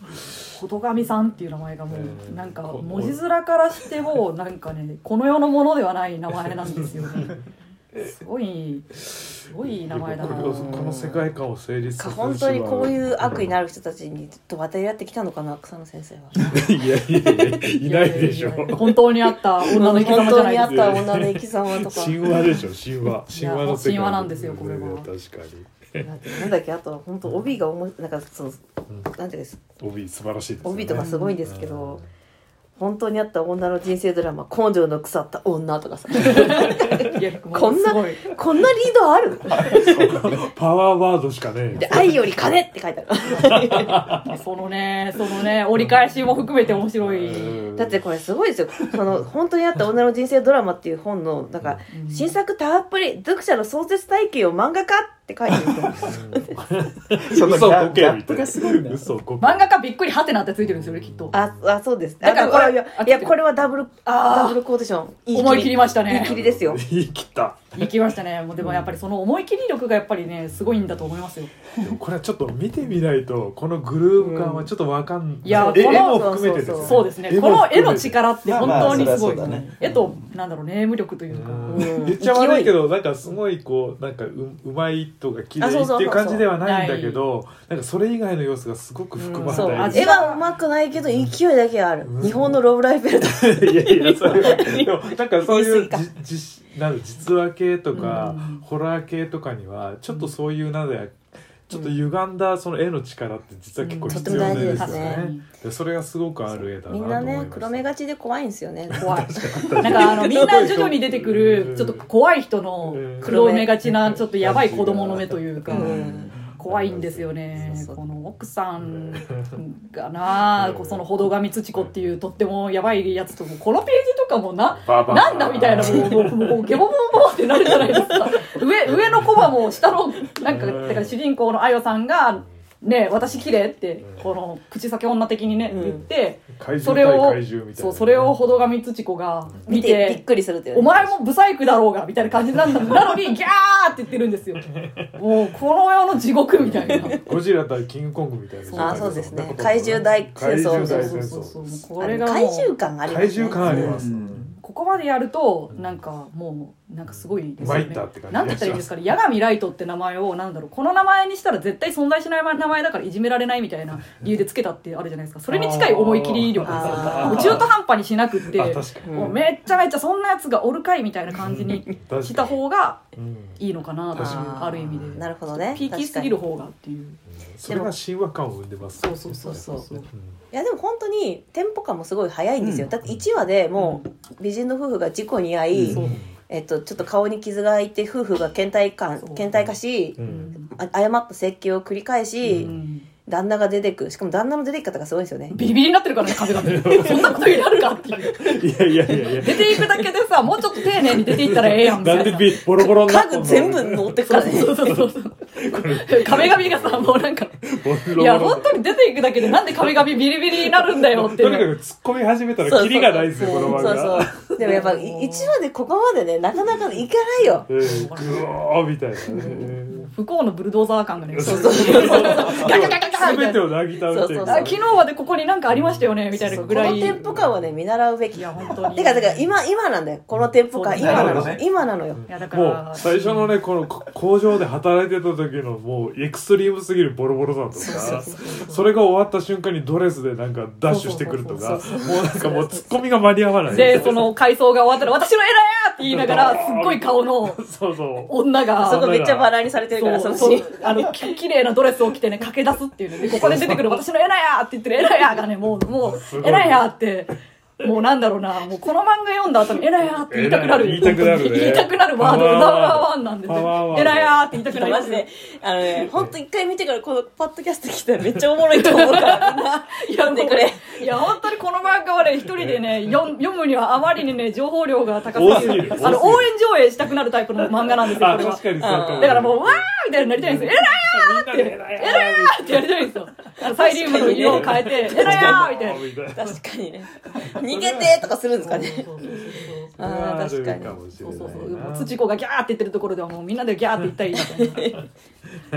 Speaker 4: ほどがみさんっていう名前がも
Speaker 3: え
Speaker 4: う
Speaker 3: ー
Speaker 4: なんか
Speaker 3: こ
Speaker 4: 文字面からし てもなんかねこの世のものではない名前なんですよ ねすごいすごい名前だな
Speaker 3: これこの世界観を成立さ
Speaker 2: か
Speaker 3: せる
Speaker 2: 本当にこういう悪意のあ
Speaker 3: る
Speaker 2: る人たちにと渡り合ってきたのかな草野先生は
Speaker 3: いやいやいやいないで しょ
Speaker 4: やいやいや本当にあった女の生き
Speaker 2: 本
Speaker 4: 様じゃ
Speaker 2: 当にあ
Speaker 4: ない
Speaker 2: っ
Speaker 4: です
Speaker 2: た女の生き様 とか
Speaker 3: 神話でしょ神話神話の世界
Speaker 4: 神話なんですよこれはい
Speaker 3: や確かに
Speaker 2: なんてなんだっけあと本当帯が重いなんかそのなんていうんです
Speaker 3: 帯素晴らしいですよね
Speaker 2: 帯とかすごいんですけど、本当にあった女の人生ドラマ「根性の腐った女」とかさ
Speaker 4: いやもう
Speaker 2: こんな
Speaker 4: すごい
Speaker 2: こんなリードある
Speaker 3: パワーワードしかね
Speaker 2: で愛より金って書いてある
Speaker 4: そのねそのね折り返しも含めて面白い
Speaker 2: だってこれすごいですよその本当にあった女の人生ドラマっていう本のなんか
Speaker 4: うん
Speaker 2: 新作たっぷり読者の創設体験を漫画化って書いてる んですよ
Speaker 1: そのギ
Speaker 3: 嘘
Speaker 1: ャ
Speaker 3: こけみたいな
Speaker 1: ギャップがすごいんだよ
Speaker 3: 嘘こけ
Speaker 4: 漫画家びっくりハテナってついてるんですよねきっと
Speaker 2: ああそうです
Speaker 4: だから
Speaker 2: あでも
Speaker 4: これ
Speaker 2: いや
Speaker 4: あ
Speaker 2: いやこれはダブル
Speaker 4: あー
Speaker 2: ダブルコーディション
Speaker 4: 思い切りました
Speaker 2: 言
Speaker 4: ね
Speaker 2: い切 りですよ
Speaker 3: 言い切った
Speaker 4: 行きましたねもうでもやっぱりその思い切り力がやっぱりねすごいんだと思いますよ
Speaker 3: でもこれはちょっと見てみないとこのグルーヴ感はちょっとわかん
Speaker 4: いや
Speaker 3: え
Speaker 4: この
Speaker 3: 絵も含めてです
Speaker 2: そう
Speaker 4: そうですね
Speaker 3: 絵
Speaker 4: こ
Speaker 3: も
Speaker 4: の
Speaker 3: 含め
Speaker 4: 絵
Speaker 3: て
Speaker 4: の力って本当にすごい
Speaker 1: まあまあそりゃそうだね
Speaker 4: 絵となんだろうネーム力というか
Speaker 3: うん
Speaker 2: うん
Speaker 3: 言っちゃ悪いけどなんかすごいこうなんかううまいとか綺麗
Speaker 2: あそうそうそうそう
Speaker 3: っていう感じではないんだけどなんかそれ以外の要素がすごく含まれ
Speaker 2: そう
Speaker 3: た
Speaker 4: 味
Speaker 2: 絵はうまくないけど勢いだけはある、
Speaker 3: うん
Speaker 2: 日本のロブライフェルド
Speaker 3: いやいやそれはでもなんかそうい
Speaker 2: 言い
Speaker 3: う
Speaker 2: 過ぎ
Speaker 3: じじなんだ実話系とか、
Speaker 4: うん
Speaker 3: ホラー系とかにはちょっとそういうなんだよちょっと歪んだその絵の力って実は結構
Speaker 2: うん
Speaker 3: 必要ですよ
Speaker 2: とても大事です
Speaker 3: ね
Speaker 4: ね。
Speaker 3: でそれがすごくある絵だなと思
Speaker 2: み
Speaker 3: い
Speaker 2: ん
Speaker 3: ま
Speaker 2: な
Speaker 3: した
Speaker 2: ね黒目がちで怖いんですよね
Speaker 4: 怖いなんかあのみんな徐々に出てくるちょっと怖い人の黒目がちなちょっとやばい子供の目というか
Speaker 2: うん
Speaker 4: 怖いんですよね
Speaker 2: そうそう
Speaker 4: この奥さんがなこうそのほどがみつち子っていうとってもやばいやつともこのページとかもな
Speaker 3: ババ
Speaker 4: なんだみたいなもうもうもうもうゲボボボボってなるじゃないですか上上のコマも下のなんかだから主人公のあよさんが「ねえ私綺麗ってこの口先女的にね
Speaker 2: うん
Speaker 4: 言って
Speaker 3: 怪
Speaker 4: それ
Speaker 3: 獣対
Speaker 4: を
Speaker 3: 怪獣みたいな
Speaker 4: そうそれをほどがみつち子が見
Speaker 2: 見てびってくりするっていう
Speaker 4: お
Speaker 2: ね
Speaker 4: 前もブサイクだろうがみたいな感じなんだなのにギャーって言ってるんです よもうこの世の地獄みたいな
Speaker 3: ゴジラ対キングコングみたいな
Speaker 2: あそうですね怪獣大戦争
Speaker 3: 怪獣
Speaker 4: そう
Speaker 3: 大
Speaker 4: そ
Speaker 3: 戦
Speaker 4: うそうそうもう
Speaker 3: 争
Speaker 4: これが
Speaker 2: あ
Speaker 4: も
Speaker 2: の
Speaker 4: う
Speaker 2: 怪獣感ありますね
Speaker 3: 怪獣感あります、
Speaker 1: うん
Speaker 4: ここまでやるとなんかもうなんかすごいですよ
Speaker 3: 参
Speaker 4: ね
Speaker 3: ったって感じ
Speaker 4: なんて言ったらいいんですかね八神ライトって名前をなんだろうこの名前にしたら絶対存在しない名前だからいじめられないみたいな理由でつけたってあるじゃないですかそれに近い思い切り力ですよ
Speaker 2: あー
Speaker 4: もう中途半端にしなくって
Speaker 3: あ確か
Speaker 2: う
Speaker 3: に、
Speaker 2: ん
Speaker 4: もうめっちゃめちゃそんなやつがおるかいみたいな感じに
Speaker 3: 確かに
Speaker 4: した方が
Speaker 3: うん
Speaker 4: いいのかなという
Speaker 2: 確かに
Speaker 4: ある意味で
Speaker 2: なるほどね
Speaker 4: ピーキーすぎる方がっていう
Speaker 3: それが神話感を生んでます
Speaker 4: そうそうそうそうそう
Speaker 2: いやでも本当にテンポ感もすごい早いんです
Speaker 1: う
Speaker 2: よ、
Speaker 1: ん
Speaker 2: だって1話でもう美人の夫婦が事故に遭い、
Speaker 4: そう
Speaker 2: えっと、ちょっと顔に傷が開いて夫婦が倦怠感
Speaker 4: そう
Speaker 2: 倦怠化し、
Speaker 3: ううん
Speaker 2: あ誤った設計を繰り返し、
Speaker 4: うん
Speaker 2: 旦那が出てくしかも旦那の出てき方がすごいんですよね、
Speaker 4: ビリビリになってるからね壁がそんなことになるかっていう
Speaker 3: いやいやいやいや
Speaker 4: 出ていくだけでさもうちょっと丁寧に出ていったらええやんみた
Speaker 3: ないん
Speaker 4: な
Speaker 3: でビボロボロになっ
Speaker 2: 家
Speaker 3: た
Speaker 2: 具全部持ってくからね
Speaker 4: そうそう そうそう壁紙がさもうなんかい
Speaker 3: い
Speaker 4: や
Speaker 3: や
Speaker 4: 本
Speaker 3: 本
Speaker 4: 当に出ていくだけでなんで壁紙ビリビリになるんだよ
Speaker 3: 当
Speaker 4: っ
Speaker 3: に
Speaker 4: て
Speaker 3: とにか
Speaker 4: い
Speaker 3: く
Speaker 4: う
Speaker 3: 突っ込み始めたらキリがないですよこの漫
Speaker 2: そう
Speaker 3: 画
Speaker 2: そうでもやっぱ1話でここまでねなかなかいかないよ
Speaker 3: ええグオーみたいなね
Speaker 4: 不幸のブルドーザー感が ね
Speaker 2: そうそうそう
Speaker 4: ガガガガガみた
Speaker 3: 全て
Speaker 4: いな
Speaker 3: をなぎ倒してい
Speaker 2: そう
Speaker 4: あ昨日はでここになんかありましたよねみたいなぐらい
Speaker 2: このテンポ感はね見習うべき
Speaker 4: いや本当に
Speaker 2: てかてか今今なんだよこのテンポ感
Speaker 4: そう
Speaker 2: 今な
Speaker 1: なる
Speaker 2: の、
Speaker 1: ほどね
Speaker 2: 今なのよ
Speaker 4: いやだか
Speaker 3: も
Speaker 4: ら
Speaker 3: う最初のねこのこ工場で働いてた時のもうエクストリームすぎるボロボロさとかそれが終わった瞬間にドレスでなんかダッシュしてくるとかもうなんかもうツッコミが間に合わない
Speaker 4: でその回想が終わったら「私のエラーや!」って言いながら、すっごい顔の
Speaker 3: そうそう
Speaker 4: 女が、
Speaker 2: あそこめっちゃバラにされてるから、そのシ
Speaker 4: そう
Speaker 2: ーン。
Speaker 4: あのき綺麗なドレスを着てね駆け出すっていうねでここで出てくる私のエナヤーって言ってるエナヤーがねもうもう
Speaker 3: すごい
Speaker 4: エナヤーってもうなんだろうなもうこの漫画読んだ後にエナヤーって言いたくなる
Speaker 3: エナヤー言いたくなるね
Speaker 4: 言いたくなるワード
Speaker 3: パ
Speaker 4: ナン
Speaker 3: ワー
Speaker 4: バー
Speaker 3: ワード
Speaker 4: ワンなんです
Speaker 3: パワーワー
Speaker 4: よ
Speaker 3: ド
Speaker 4: エナヤーって言いたくなる
Speaker 2: マジで、あのね、ほんと一回見てからこのパッドキャスト来たらめっちゃおもろいと思うから、みんな読んでくれ。
Speaker 4: いや本当にこの漫画はね一人でね読む読むにはあまりにね情報量が高
Speaker 3: 多
Speaker 4: す
Speaker 3: す
Speaker 4: ぎ
Speaker 3: ぎ
Speaker 4: る
Speaker 3: る
Speaker 4: あの応援上映したくなるタイプの漫画なんですよ
Speaker 3: あ
Speaker 4: これは
Speaker 3: 確かにそうか
Speaker 2: うん
Speaker 4: だからもうわーみたいになりたいんですよエナヤー
Speaker 3: みんなで偉い偉い
Speaker 4: ってやりたいんですよ。あのサイリウムの色を変えて、えらやーみたいな。
Speaker 3: みたいな
Speaker 2: 確かにね。逃げてとかするんですかね。あー確かに
Speaker 4: そうそうそう。もう土子がギャーって言ってるところではもうみんなでギャーって言ったりみたいな。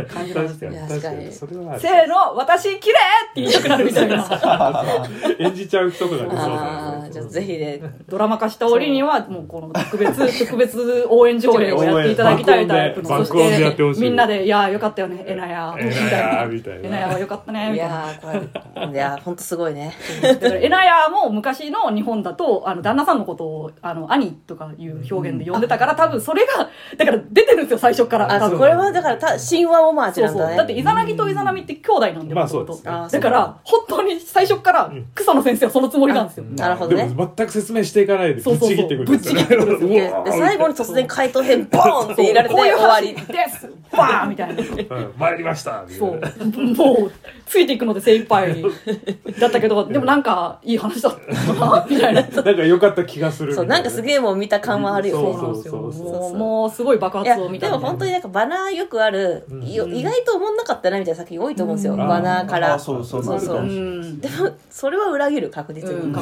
Speaker 3: 感じます
Speaker 2: いや
Speaker 3: 確
Speaker 2: 確
Speaker 3: か
Speaker 2: か
Speaker 3: に
Speaker 2: に
Speaker 3: それはある
Speaker 4: せーの、私綺麗って言いたくなるみた いな。
Speaker 3: 演じちゃう人とかねそう
Speaker 2: ああ、じゃあぜひね、
Speaker 4: ドラマ化した折には、もうこの特別、特別応援上映をやっていただきたいタイプの。
Speaker 3: 応
Speaker 4: そ
Speaker 3: 援爆
Speaker 4: し
Speaker 3: 音でやってほ
Speaker 4: て、
Speaker 3: しい
Speaker 4: みんなで、いやーよかったよね、えなやー。
Speaker 3: えらいみたいな
Speaker 4: えなやはよかったね、
Speaker 2: い
Speaker 4: みたいな。
Speaker 2: やー、これ、いやー、ほんとすごいね。
Speaker 4: だからエナヤも昔の日本だとあの旦那さんのことをあの兄とかいう表現で呼んでたから、多分それがだから出てるんですよ最初から
Speaker 2: あ、
Speaker 4: 多
Speaker 2: そ
Speaker 4: 分
Speaker 2: うこれはだからた神話オマージュ
Speaker 4: そ
Speaker 2: なん
Speaker 4: うそう
Speaker 2: だね。
Speaker 4: だってイザナギとイザナミって兄弟なんで
Speaker 3: まあ
Speaker 4: 元々
Speaker 3: そうですね
Speaker 2: あー
Speaker 4: だから本当に最初から草野先生はそのつもりなんですよ、
Speaker 2: なるほどね
Speaker 3: でも全く説明していかないで
Speaker 4: そ
Speaker 3: ぶ
Speaker 4: う
Speaker 3: っ
Speaker 4: そうそう
Speaker 3: ちぎってくるんですよね
Speaker 4: ぶっちぎってくる ん
Speaker 2: でで最後に突然回答編ボーンって入れられて
Speaker 4: こうい
Speaker 2: 終
Speaker 4: う
Speaker 2: わ
Speaker 4: 話
Speaker 2: り。
Speaker 4: ですバーンみたいな
Speaker 3: うん参りましたみた
Speaker 4: そ
Speaker 3: いな
Speaker 4: うもうついていくので精一杯だったけどでもなんかいい話だっ たなみたいな
Speaker 3: なんか良かった気がする
Speaker 2: そう、なんかすげえもう見た感はあるよね。
Speaker 3: そうそうそうそう
Speaker 4: もうもうすごい爆
Speaker 2: いや
Speaker 4: 発を見た
Speaker 2: でも本当になんかバナーよくある、い意外と思んなかったなみたいな作品多いと思うんですよ、
Speaker 3: ん
Speaker 2: バナーから
Speaker 1: あそうそう
Speaker 2: そうそう
Speaker 1: なるかもしれない
Speaker 4: うん
Speaker 2: でもそれは裏切る確実に、
Speaker 4: うん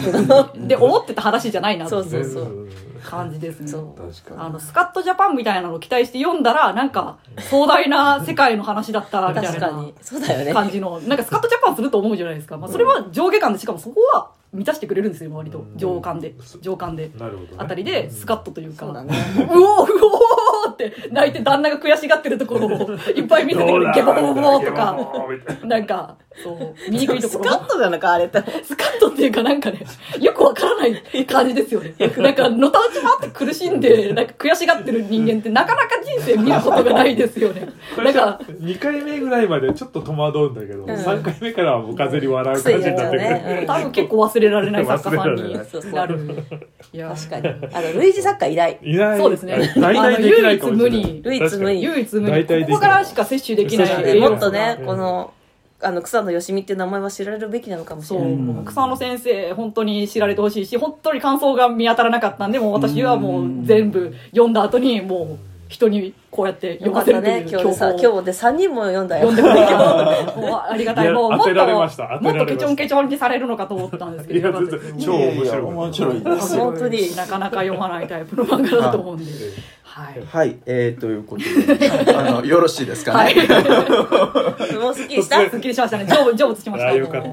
Speaker 4: で思ってた話じゃないなって
Speaker 2: そう
Speaker 4: い
Speaker 2: そうそう、
Speaker 4: う感じですね
Speaker 2: そう
Speaker 3: 確
Speaker 4: あ
Speaker 3: か
Speaker 4: のスカットジャパンみたいなのを期待して読んだらなんか壮大な世界の話だったみたい
Speaker 2: 確か
Speaker 4: な
Speaker 2: にそうだよね
Speaker 4: 感じのなんかスカットジャパンすると思うじゃないですか、まあ、それは上下感でしかもそこは満たしてくれるんですよ割と上巻で上巻で
Speaker 3: になるほどね
Speaker 4: あたりでスカッとというか
Speaker 2: そうだ
Speaker 4: う
Speaker 2: ね
Speaker 4: おーうおーって泣いて旦那が悔しがってるところをいっぱい見せてく
Speaker 3: どう
Speaker 4: る
Speaker 3: だ
Speaker 4: ゲボボボボと
Speaker 3: ゲボボ
Speaker 4: か
Speaker 3: ボみたいな
Speaker 4: なんかそう醜いと
Speaker 2: ス
Speaker 4: こ
Speaker 2: カ
Speaker 4: ろ
Speaker 2: ッとなのかあれって
Speaker 4: スカッとっていうかなんかね、よくわからない感じですよね。なんか、のたうち回って苦しんで、なんか悔しがってる人間ってなかなか人生見ることがないですよね。なんか、
Speaker 3: 2回目ぐらいまでちょっと戸惑うんだけど、
Speaker 2: ん
Speaker 3: 三3回目からはもう風に笑う感じになってく
Speaker 2: 癖
Speaker 3: る、
Speaker 2: になっちゃうね
Speaker 4: 多分結構忘れられない作家さん
Speaker 3: 忘れられない
Speaker 2: そうそう
Speaker 4: になる。 いや、
Speaker 2: 確かにあの類似作家偉大
Speaker 3: いない
Speaker 4: そうですね
Speaker 3: 大体できないかもしれない
Speaker 4: あの唯一無
Speaker 2: 唯一無
Speaker 4: 二
Speaker 2: 二
Speaker 4: 唯一無
Speaker 3: 大体でき
Speaker 4: 二。
Speaker 3: る
Speaker 4: ここからしか摂取できない
Speaker 3: 確
Speaker 2: ね
Speaker 3: かに
Speaker 4: 栄
Speaker 2: も
Speaker 4: 養
Speaker 2: っとね
Speaker 3: うん
Speaker 2: このあの草野よしみっていう名前は知られるべきなのかもし
Speaker 4: そ、
Speaker 2: れないう
Speaker 4: 草野先生、本当に知られてほしいし、本当に感想が見当たらなかったんで、もう私はもう全部読んだ後に、もう人にこうやって読
Speaker 2: よか
Speaker 4: ま
Speaker 2: っ
Speaker 4: せ
Speaker 2: た
Speaker 4: るとい
Speaker 2: ね
Speaker 4: う
Speaker 2: 今日でさ
Speaker 4: 強
Speaker 2: 今日で3人も読んだよ
Speaker 4: 読んでくれるけど、 もうありがたい。もう
Speaker 3: いや
Speaker 4: もっ
Speaker 3: 当てられまし
Speaker 4: と
Speaker 3: た、
Speaker 4: も
Speaker 3: 当
Speaker 4: っ
Speaker 3: ら
Speaker 4: てと
Speaker 3: れ
Speaker 4: ケ
Speaker 3: まし
Speaker 4: チ
Speaker 3: た
Speaker 4: ョンケチョンにされるのかと思ったんですけ
Speaker 3: い
Speaker 4: ど、
Speaker 3: や
Speaker 4: よかったです
Speaker 3: 全然超面白い
Speaker 1: やや面白いですよ
Speaker 2: 本当に
Speaker 4: なかなか読まないタイプの漫画だと思うんで。はい。
Speaker 1: はい、えー、ということで、あの、よろしいですかね。
Speaker 4: はい。
Speaker 2: もうすっきりした
Speaker 4: すっきりしましたね。成仏成仏しまし
Speaker 3: あ
Speaker 4: た。
Speaker 3: あよかっ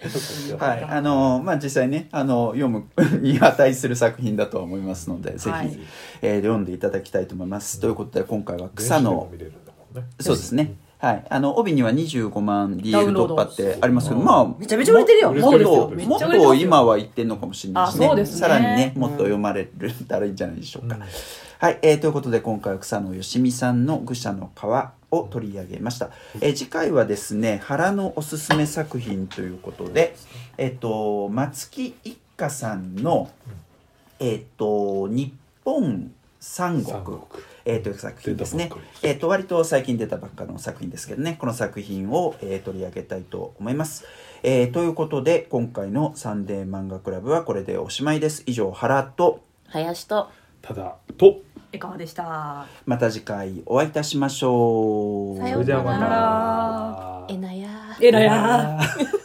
Speaker 3: たそっか
Speaker 1: はい、あのまあ実際ねあの読む に値する作品だとは思いますので、ぜ
Speaker 4: はい
Speaker 1: ひ、えー読んでいただきたいと思います。ということで今回は草の
Speaker 3: 電子でも見れるんだもんね
Speaker 1: そうですね。はい、あの帯には25万 DL 突破ってありますけど、
Speaker 3: うん
Speaker 1: まあ
Speaker 2: めちゃめちゃ売れてるよ
Speaker 1: ももっと
Speaker 3: め
Speaker 1: もっ
Speaker 4: ちゃ売れてま
Speaker 1: と
Speaker 4: すよ
Speaker 1: 今は言ってんのかもしれないですね。
Speaker 4: あそうですね
Speaker 1: さらにねもっと読まれる たらいいんじゃないでしょうか。はい、えーということで今回は草野よしみさんの愚者の皮を取り上げました。えー次回はですね原のおすすめ作品ということで、えっ、と松木一家さんのえっ、と日本三
Speaker 3: 三
Speaker 1: 国
Speaker 3: 国
Speaker 1: えーという作品ですね
Speaker 3: 出たばっかりで。す
Speaker 1: えっ、と割と最近出たばっかの作品ですけどね、この作品を、えー取り上げたいと思います。えーということで今回のサンデー漫画クラブはこれでおしまいです。以上原と
Speaker 2: 林と
Speaker 3: ただと
Speaker 4: いかがでした。
Speaker 1: また次回お会いいたしましょう。
Speaker 2: さ
Speaker 3: そ
Speaker 2: よう
Speaker 3: れじゃあ
Speaker 2: な
Speaker 3: ま
Speaker 4: ら
Speaker 3: た
Speaker 2: 아.えなやー
Speaker 4: えらやー。
Speaker 3: ー